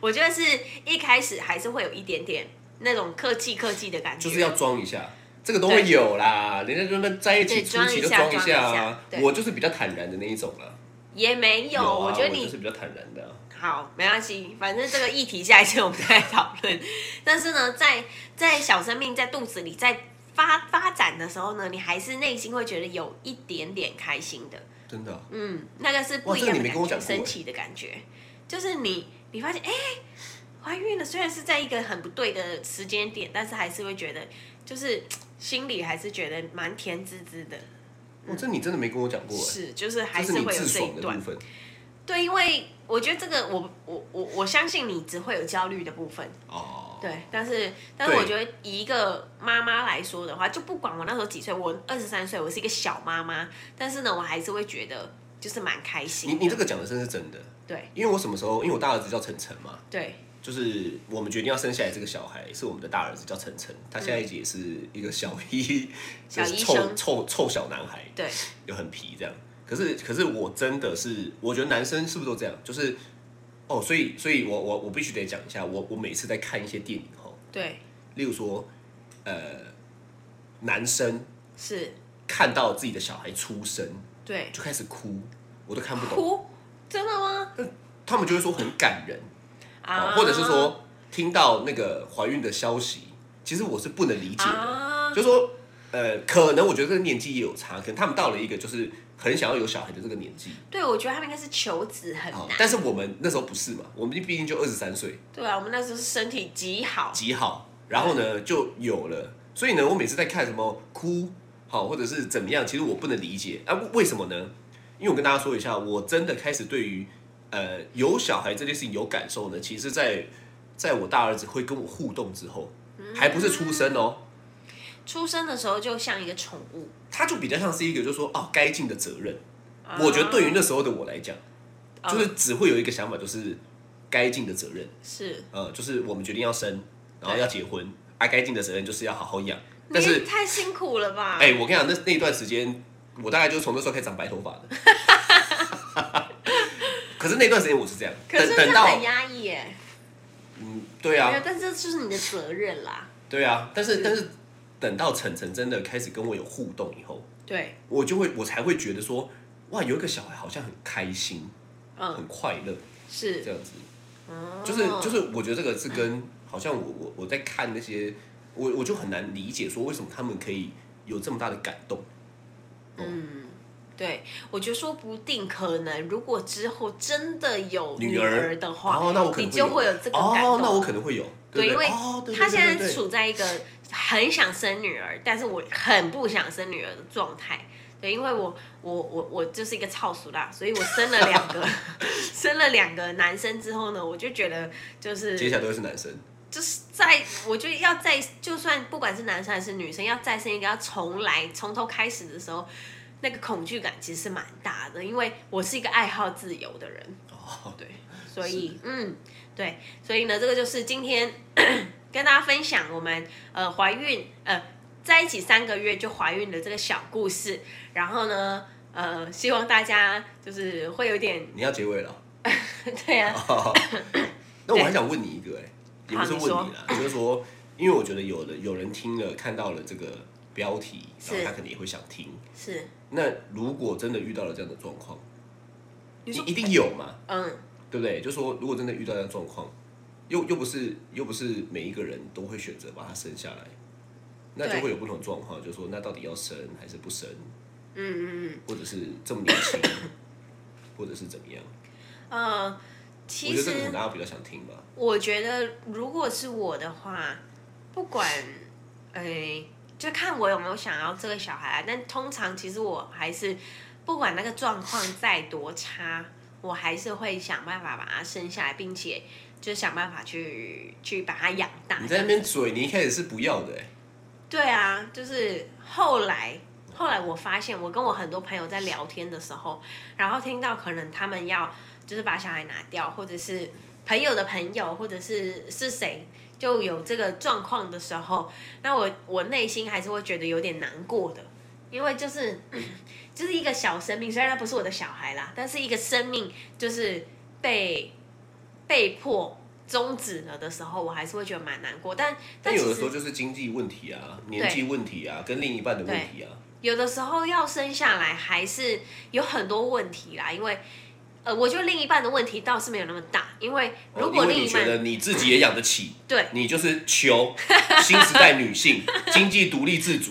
Speaker 2: 我觉得是一开始还是会有一点点那种客气客气的感觉，
Speaker 3: 就是要装一下，这个都会有啦，人家就那在一起
Speaker 2: 对
Speaker 3: 初期就
Speaker 2: 装
Speaker 3: 装
Speaker 2: 一下
Speaker 3: 下
Speaker 2: 装一下
Speaker 3: 啊，
Speaker 2: 对
Speaker 3: 我就是比较坦然的那一种啦，
Speaker 2: 也没有，
Speaker 3: 啊
Speaker 2: 我
Speaker 3: 我
Speaker 2: 觉得
Speaker 3: 就
Speaker 2: 你
Speaker 3: 是比较坦然的啊，
Speaker 2: 好，没关系，反正这个议题下一次我们再讨论。但是呢，在在小生命在肚子里，在发发展的时候呢，你还是内心会觉得有一点点开心的。
Speaker 3: 真的啊、
Speaker 2: 嗯，那个是不
Speaker 3: 哇
Speaker 2: 一
Speaker 3: 哦这个
Speaker 2: 样
Speaker 3: 你
Speaker 2: 的
Speaker 3: 没跟
Speaker 2: 感
Speaker 3: 我
Speaker 2: 觉，
Speaker 3: 讲过
Speaker 2: 神奇的感觉，就是你你发现哎、怀孕了，虽然是在一个很不对的时间点，但是还是会觉得，就是心里还是觉得蛮甜滋滋的，
Speaker 3: 哇，哦这你真的没跟我讲过哎，
Speaker 2: 是，就是还
Speaker 3: 这
Speaker 2: 是
Speaker 3: 是你
Speaker 2: 会有
Speaker 3: 自
Speaker 2: 这
Speaker 3: 爽
Speaker 2: 一
Speaker 3: 的
Speaker 2: 段
Speaker 3: 部。分。
Speaker 2: 对，因为我觉得这个我我我我相信你只会有焦虑的部分，
Speaker 3: 哦，
Speaker 2: 对，但是但是我
Speaker 3: 对
Speaker 2: 觉得以一个妈妈来说的话，就不管我那时候几岁，我二十三岁，我是一个小妈妈，但是呢，我还是会觉得就是蛮开心
Speaker 3: 你
Speaker 2: 的。
Speaker 3: 你这个讲的真是真的，
Speaker 2: 对
Speaker 3: 因为我什么时候，因为我大儿子叫晨晨嘛，
Speaker 2: 对
Speaker 3: 就是我们决定要生下来这个小孩是我们的大儿子叫晨晨，他现在也是一个小一，
Speaker 2: 嗯小
Speaker 3: 就是
Speaker 2: 医
Speaker 3: 臭
Speaker 2: 生
Speaker 3: 臭臭小男孩，
Speaker 2: 对，
Speaker 3: 又很皮这样。可是可是我真的是，我觉得男生是不是都这样？就是哦，所以所以我我我必须得讲一下，我我每次在看一些电影后，
Speaker 2: 对，
Speaker 3: 例如说呃，男生
Speaker 2: 是，
Speaker 3: 看到自己的小孩出生
Speaker 2: 对，
Speaker 3: 就开始哭，我都看不懂。
Speaker 2: 哭，真的吗？
Speaker 3: 他们就会说很感人，
Speaker 2: 啊
Speaker 3: 哦，或者是说听到那个怀孕的消息，其实我是不能理解的。
Speaker 2: 啊，
Speaker 3: 就说呃，可能我觉得这个年纪也有差，可能他们到了一个就是很想要有小孩的这个年纪。
Speaker 2: 对，我觉得他们应该是求子很
Speaker 3: 好，
Speaker 2: 难。
Speaker 3: 但是我们那时候不是嘛，我们毕竟就二十三岁，
Speaker 2: 对啊，我们那时候是身体极好，
Speaker 3: 极好，然后呢就有了。所以呢，我每次在看什么哭好，或者是怎么样，其实我不能理解啊，为什么呢？因为我跟大家说一下，我真的开始对于呃有小孩这件事情有感受呢，其实在在我大儿子会跟我互动之后，还不是出生哦，
Speaker 2: 出生的时候就像一个宠物。
Speaker 3: 他就比较像是一个就说哦该尽的责任。我觉得对于那时候的我来讲，
Speaker 2: 啊
Speaker 3: 就是只会有一个想法，就是该尽的责任。
Speaker 2: 是，
Speaker 3: 呃，就是我们决定要生，然后要结婚，啊，该尽的责任就是要好好养。但
Speaker 2: 你也
Speaker 3: 是，
Speaker 2: 太辛苦了吧？
Speaker 3: 哎、我跟你讲，那那一段时间，我大概就是从那时候开始长白头发的。 可是那段时间我是这样，
Speaker 2: 可
Speaker 3: 等
Speaker 2: 是这
Speaker 3: 等
Speaker 2: 样
Speaker 3: 到
Speaker 2: 很压抑耶。
Speaker 3: 嗯，对
Speaker 2: 没有，
Speaker 3: 啊，
Speaker 2: 但这就是你的责任啦。
Speaker 3: 对啊，但是
Speaker 2: 是
Speaker 3: 但是等到晨晨真的开始跟我有互动以后，
Speaker 2: 对，
Speaker 3: 我就会我才会觉得说，哇，有一个小孩好像很开心，
Speaker 2: 嗯，
Speaker 3: 很快乐这
Speaker 2: 是，
Speaker 3: 样子。
Speaker 2: 哦
Speaker 3: 就是就是，我觉得这个是跟好像我我我在看那些，我我就很难理解说为什么他们可以有这么大的感动。
Speaker 2: 对，我觉得说不定可能，如果之后真的有
Speaker 3: 女儿
Speaker 2: 儿的话，
Speaker 3: 哦那我可能
Speaker 2: 你
Speaker 3: 会
Speaker 2: 就
Speaker 3: 有
Speaker 2: 会有这个感动。
Speaker 3: 哦，那我可能会有，
Speaker 2: 对，
Speaker 3: 对
Speaker 2: 因
Speaker 3: 不对
Speaker 2: 为
Speaker 3: 哦对对
Speaker 2: 他
Speaker 3: 对
Speaker 2: 现
Speaker 3: 对
Speaker 2: 在
Speaker 3: 对
Speaker 2: 处在一个很想生女儿，但是我很不想生女儿的状态。对，因为我我我我就是一个操俗啦，所以我生了两个， 生了两个男生之后呢，我就觉得就是
Speaker 3: 接下来都会是男生，
Speaker 2: 就是在我就要再就算不管是男生还是女生，要再生一个要重来从头开始的时候，那个恐惧感其实是蛮大的，因为我是一个爱好自由的人。
Speaker 3: 哦，
Speaker 2: 对，所以嗯，对，所以呢，这个就是今天呃跟大家分享我们呃怀孕呃在一起三个月就怀孕的这个小故事。然后呢，呃，希望大家就是会有点
Speaker 3: 你要结尾了。
Speaker 2: 对啊，
Speaker 3: 那我还想问你一个，哎，也不是问你啦， 就是说，因为我觉得有的有人听了看到了这个标题，然后
Speaker 2: 是
Speaker 3: 他可能也会想听。
Speaker 2: 是
Speaker 3: 那如果真的遇到了这样的状况，
Speaker 2: 你
Speaker 3: 你
Speaker 2: 说
Speaker 3: 一定有嘛？
Speaker 2: 嗯
Speaker 3: 对不对？就说如果真的遇到这样的状况，又又不是又不是每一个人都会选择把它生下来，那就
Speaker 2: 对
Speaker 3: 会有不同的状况，就说那到底要生还是不生，
Speaker 2: 嗯嗯嗯
Speaker 3: 或者是这么年轻，或者是怎么样？
Speaker 2: 呃，
Speaker 3: 我
Speaker 2: 其
Speaker 3: 觉得这个可
Speaker 2: 实
Speaker 3: 能大家比较想听吧。
Speaker 2: 我觉得如果是我的话，不管诶、就看我有没有想要这个小孩啊。但通常其实我还是不管那个状况再多差，我还是会想办法把它生下来，并且就想办法去去把它养大。
Speaker 3: 你在那边嘴，你一开始是不要的、欸，
Speaker 2: 对啊，就是后来后来我发现，我跟我很多朋友在聊天的时候，然后听到可能他们要就是把小孩拿掉，或者是朋友的朋友，或者是是谁就有这个状况的时候，那我我内心还是会觉得有点难过的，因为就是嗯就是一个小生命，虽然他不是我的小孩啦，但是一个生命就是被被迫。终止了的时候，我还是会觉得蛮难过，但
Speaker 3: 但
Speaker 2: 其
Speaker 3: 有
Speaker 2: 实
Speaker 3: 的时候就是经济问题啊、年纪问题啊、跟另一半的问题啊，
Speaker 2: 有的时候要生下来还是有很多问题啦，因为呃，我觉得另一半的问题倒是没有那么大，因为如
Speaker 3: 哦
Speaker 2: 果
Speaker 3: 因为
Speaker 2: 另
Speaker 3: 你
Speaker 2: 一
Speaker 3: 觉
Speaker 2: 半、
Speaker 3: 得你自己也养得起，
Speaker 2: 对
Speaker 3: 你就是求新时代女性经济独立自主。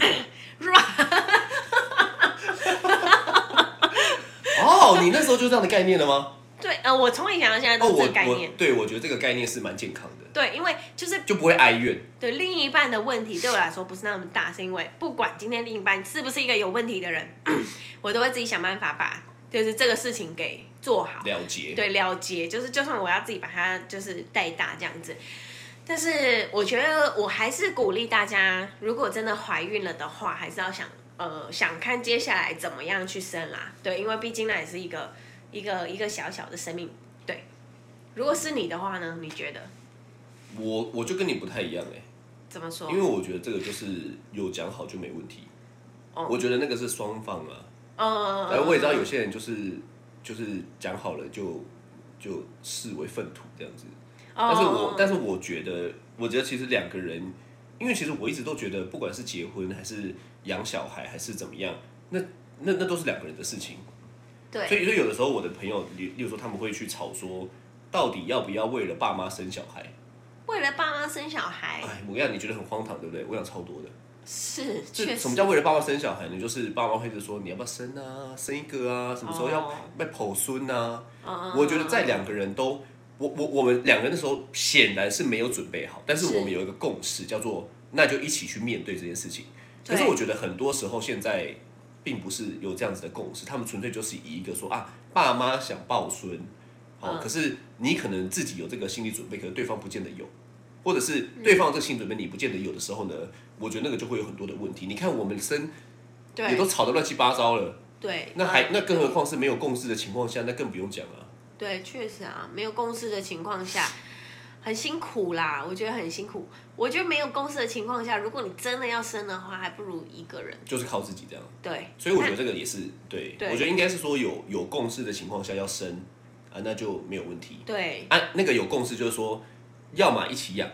Speaker 3: 哦，你那时候就这样的概念了吗？
Speaker 2: 对，呃，我从以前到现在
Speaker 3: 哦，
Speaker 2: 都是
Speaker 3: 我
Speaker 2: 这个概
Speaker 3: 我
Speaker 2: 念。
Speaker 3: 对我觉得这个概念是蛮健康的，
Speaker 2: 对，因为就是
Speaker 3: 就不会哀怨。
Speaker 2: 对另一半的问题对我来说不是那么大，是因为不管今天另一半是不是一个有问题的人， 我都会自己想办法把就是这个事情给做好。
Speaker 3: 了解，
Speaker 2: 对，了结就是，就算我要自己把它就是带大这样子，但是我觉得我还是鼓励大家，如果真的怀孕了的话，还是要想呃想看接下来怎么样去生啦。对，因为毕竟那也是一个一个一个小小的生命。对，如果是你的话呢，你觉得
Speaker 3: 我我就跟你不太一样哎、
Speaker 2: 怎么说
Speaker 3: 因？为我觉得这个就是有讲好就没问题。
Speaker 2: 哦
Speaker 3: 我觉得那个是双方啊，
Speaker 2: 呃，
Speaker 3: 哎，我也知道有些人就是就是讲好了就就视为粪土这样
Speaker 2: 嗯
Speaker 3: 子，但是我、
Speaker 2: 哦
Speaker 3: 但是我觉得，我觉得其实两个人，因为其实我一直都觉得，不管是结婚还是养小孩还是怎么样，那那那都是两个人的事情。所
Speaker 2: 对
Speaker 3: 以所以有的时候我的朋友，例例如说他们会去吵说，到底要不要为了爸妈生小孩？
Speaker 2: 为了爸妈生小孩
Speaker 3: 哎，我跟你讲，你觉得很荒唐，对不对？我想超多的。
Speaker 2: 是确
Speaker 3: 这什么
Speaker 2: 实
Speaker 3: 叫为了爸妈生小孩呢？就是爸妈会一直说你要不要生啊，生一个啊，什么时候要
Speaker 2: 哦
Speaker 3: 被剖孙啊？
Speaker 2: 呃
Speaker 3: 我觉得在两个人都，我我我们两个人那时候显然是没有准备好，但是
Speaker 2: 是
Speaker 3: 我们有一个共识，叫做那就一起去面对这件事情。
Speaker 2: 对
Speaker 3: 可是我觉得很多时候现在并不是有这样子的共识，他们纯粹就是以一个说啊，爸妈想抱孙，哦，
Speaker 2: 嗯
Speaker 3: 可是你可能自己有这个心理准备，可是对方不见得有。或者是
Speaker 2: 嗯
Speaker 3: 对方有这个心理准备你不见得有的时候呢，我觉得那个就会有很多的问题。你看我们生也都
Speaker 2: 对
Speaker 3: 吵得乱七八糟了，
Speaker 2: 对，
Speaker 3: 那还
Speaker 2: 呃
Speaker 3: 那更何况是没有共识的情况下，那更不用讲啊。
Speaker 2: 对，确实啊，没有共识的情况下，很辛苦啦。我觉得很辛苦。我觉得没有共识的情况下，如果你真的要生的话，还不如一个人。
Speaker 3: 就是靠自己这样。
Speaker 2: 对，
Speaker 3: 所以我觉得这个也是对，
Speaker 2: 对
Speaker 3: 我觉得应该是说有有共识的情况下要生啊，那就没有问题
Speaker 2: 那 对
Speaker 3: 啊。那个有共识就是说，要么一起养，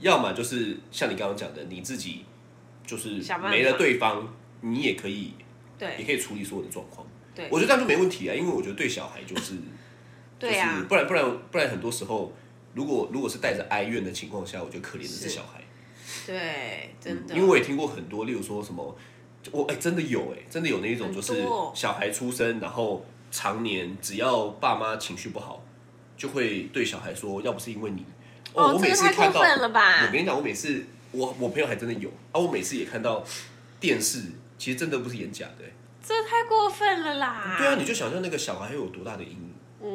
Speaker 3: 要么就是像你刚刚讲的，你自己就是
Speaker 2: 想办法
Speaker 3: 没了对方，你也可以也
Speaker 2: 对
Speaker 3: 可以处理所有的状况。
Speaker 2: 对
Speaker 3: 我觉得这样就没问题啊，因为我觉得对小孩就是。就
Speaker 2: 对
Speaker 3: 是
Speaker 2: 啊，
Speaker 3: 不然不然不然，很多时候如果如果是带着哀怨的情况下，我觉得可怜的是
Speaker 2: 是
Speaker 3: 小孩，
Speaker 2: 对，啊真的。
Speaker 3: 因为我也听过很多，例如说什么，就我哎、真的有哎、真的有那一种
Speaker 2: 很
Speaker 3: 就
Speaker 2: 多
Speaker 3: 是小孩出生，然后常年只要爸妈情绪不好，就会对小孩说，要不是因为你，
Speaker 2: 哦这
Speaker 3: 我
Speaker 2: 个
Speaker 3: 每次
Speaker 2: 太
Speaker 3: 看到，
Speaker 2: 过分了吧
Speaker 3: 我跟你讲，我每次我我朋友还真的有啊，我每次也看到电视，其实真的不是演假的、欸，
Speaker 2: 这太过分了啦。
Speaker 3: 对啊，你就想象那个小孩会有多大的阴影。
Speaker 2: 嗯，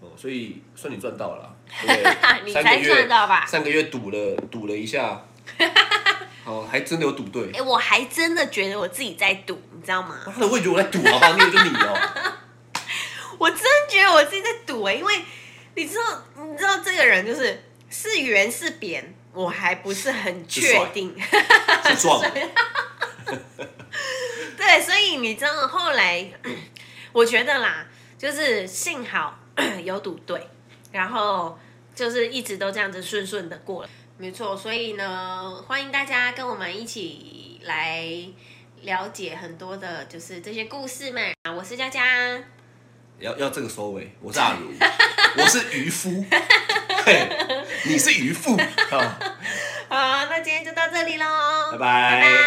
Speaker 3: 哦，所以算你赚到了啦，对不 对
Speaker 2: 你
Speaker 3: 三个
Speaker 2: 才
Speaker 3: 月
Speaker 2: 赚到吧
Speaker 3: 三个月赌了赌了 一下，哦，还真的有赌对。
Speaker 2: 哎，我还真的觉得我自己在赌，你知道吗？
Speaker 3: 妈的，我也觉得我在赌，好不好？那个就你哦，
Speaker 2: 我真的觉得我自己在赌哎、因为你知道，你知道这个人就是是圆是扁，我还不是很确定。
Speaker 3: 是撞的。
Speaker 2: 对，所以你知道后来， 我觉得啦，就是幸好 有赌对，然后就是一直都这样子顺顺的过了，没错。所以呢，欢迎大家跟我们一起来了解很多的，就是这些故事们。啊我是佳佳，
Speaker 3: 要要这个收尾，我是阿如，我是渔夫，嘿，你是渔夫，好，
Speaker 2: 好，那今天就到这里喽，
Speaker 3: 拜
Speaker 2: 拜拜。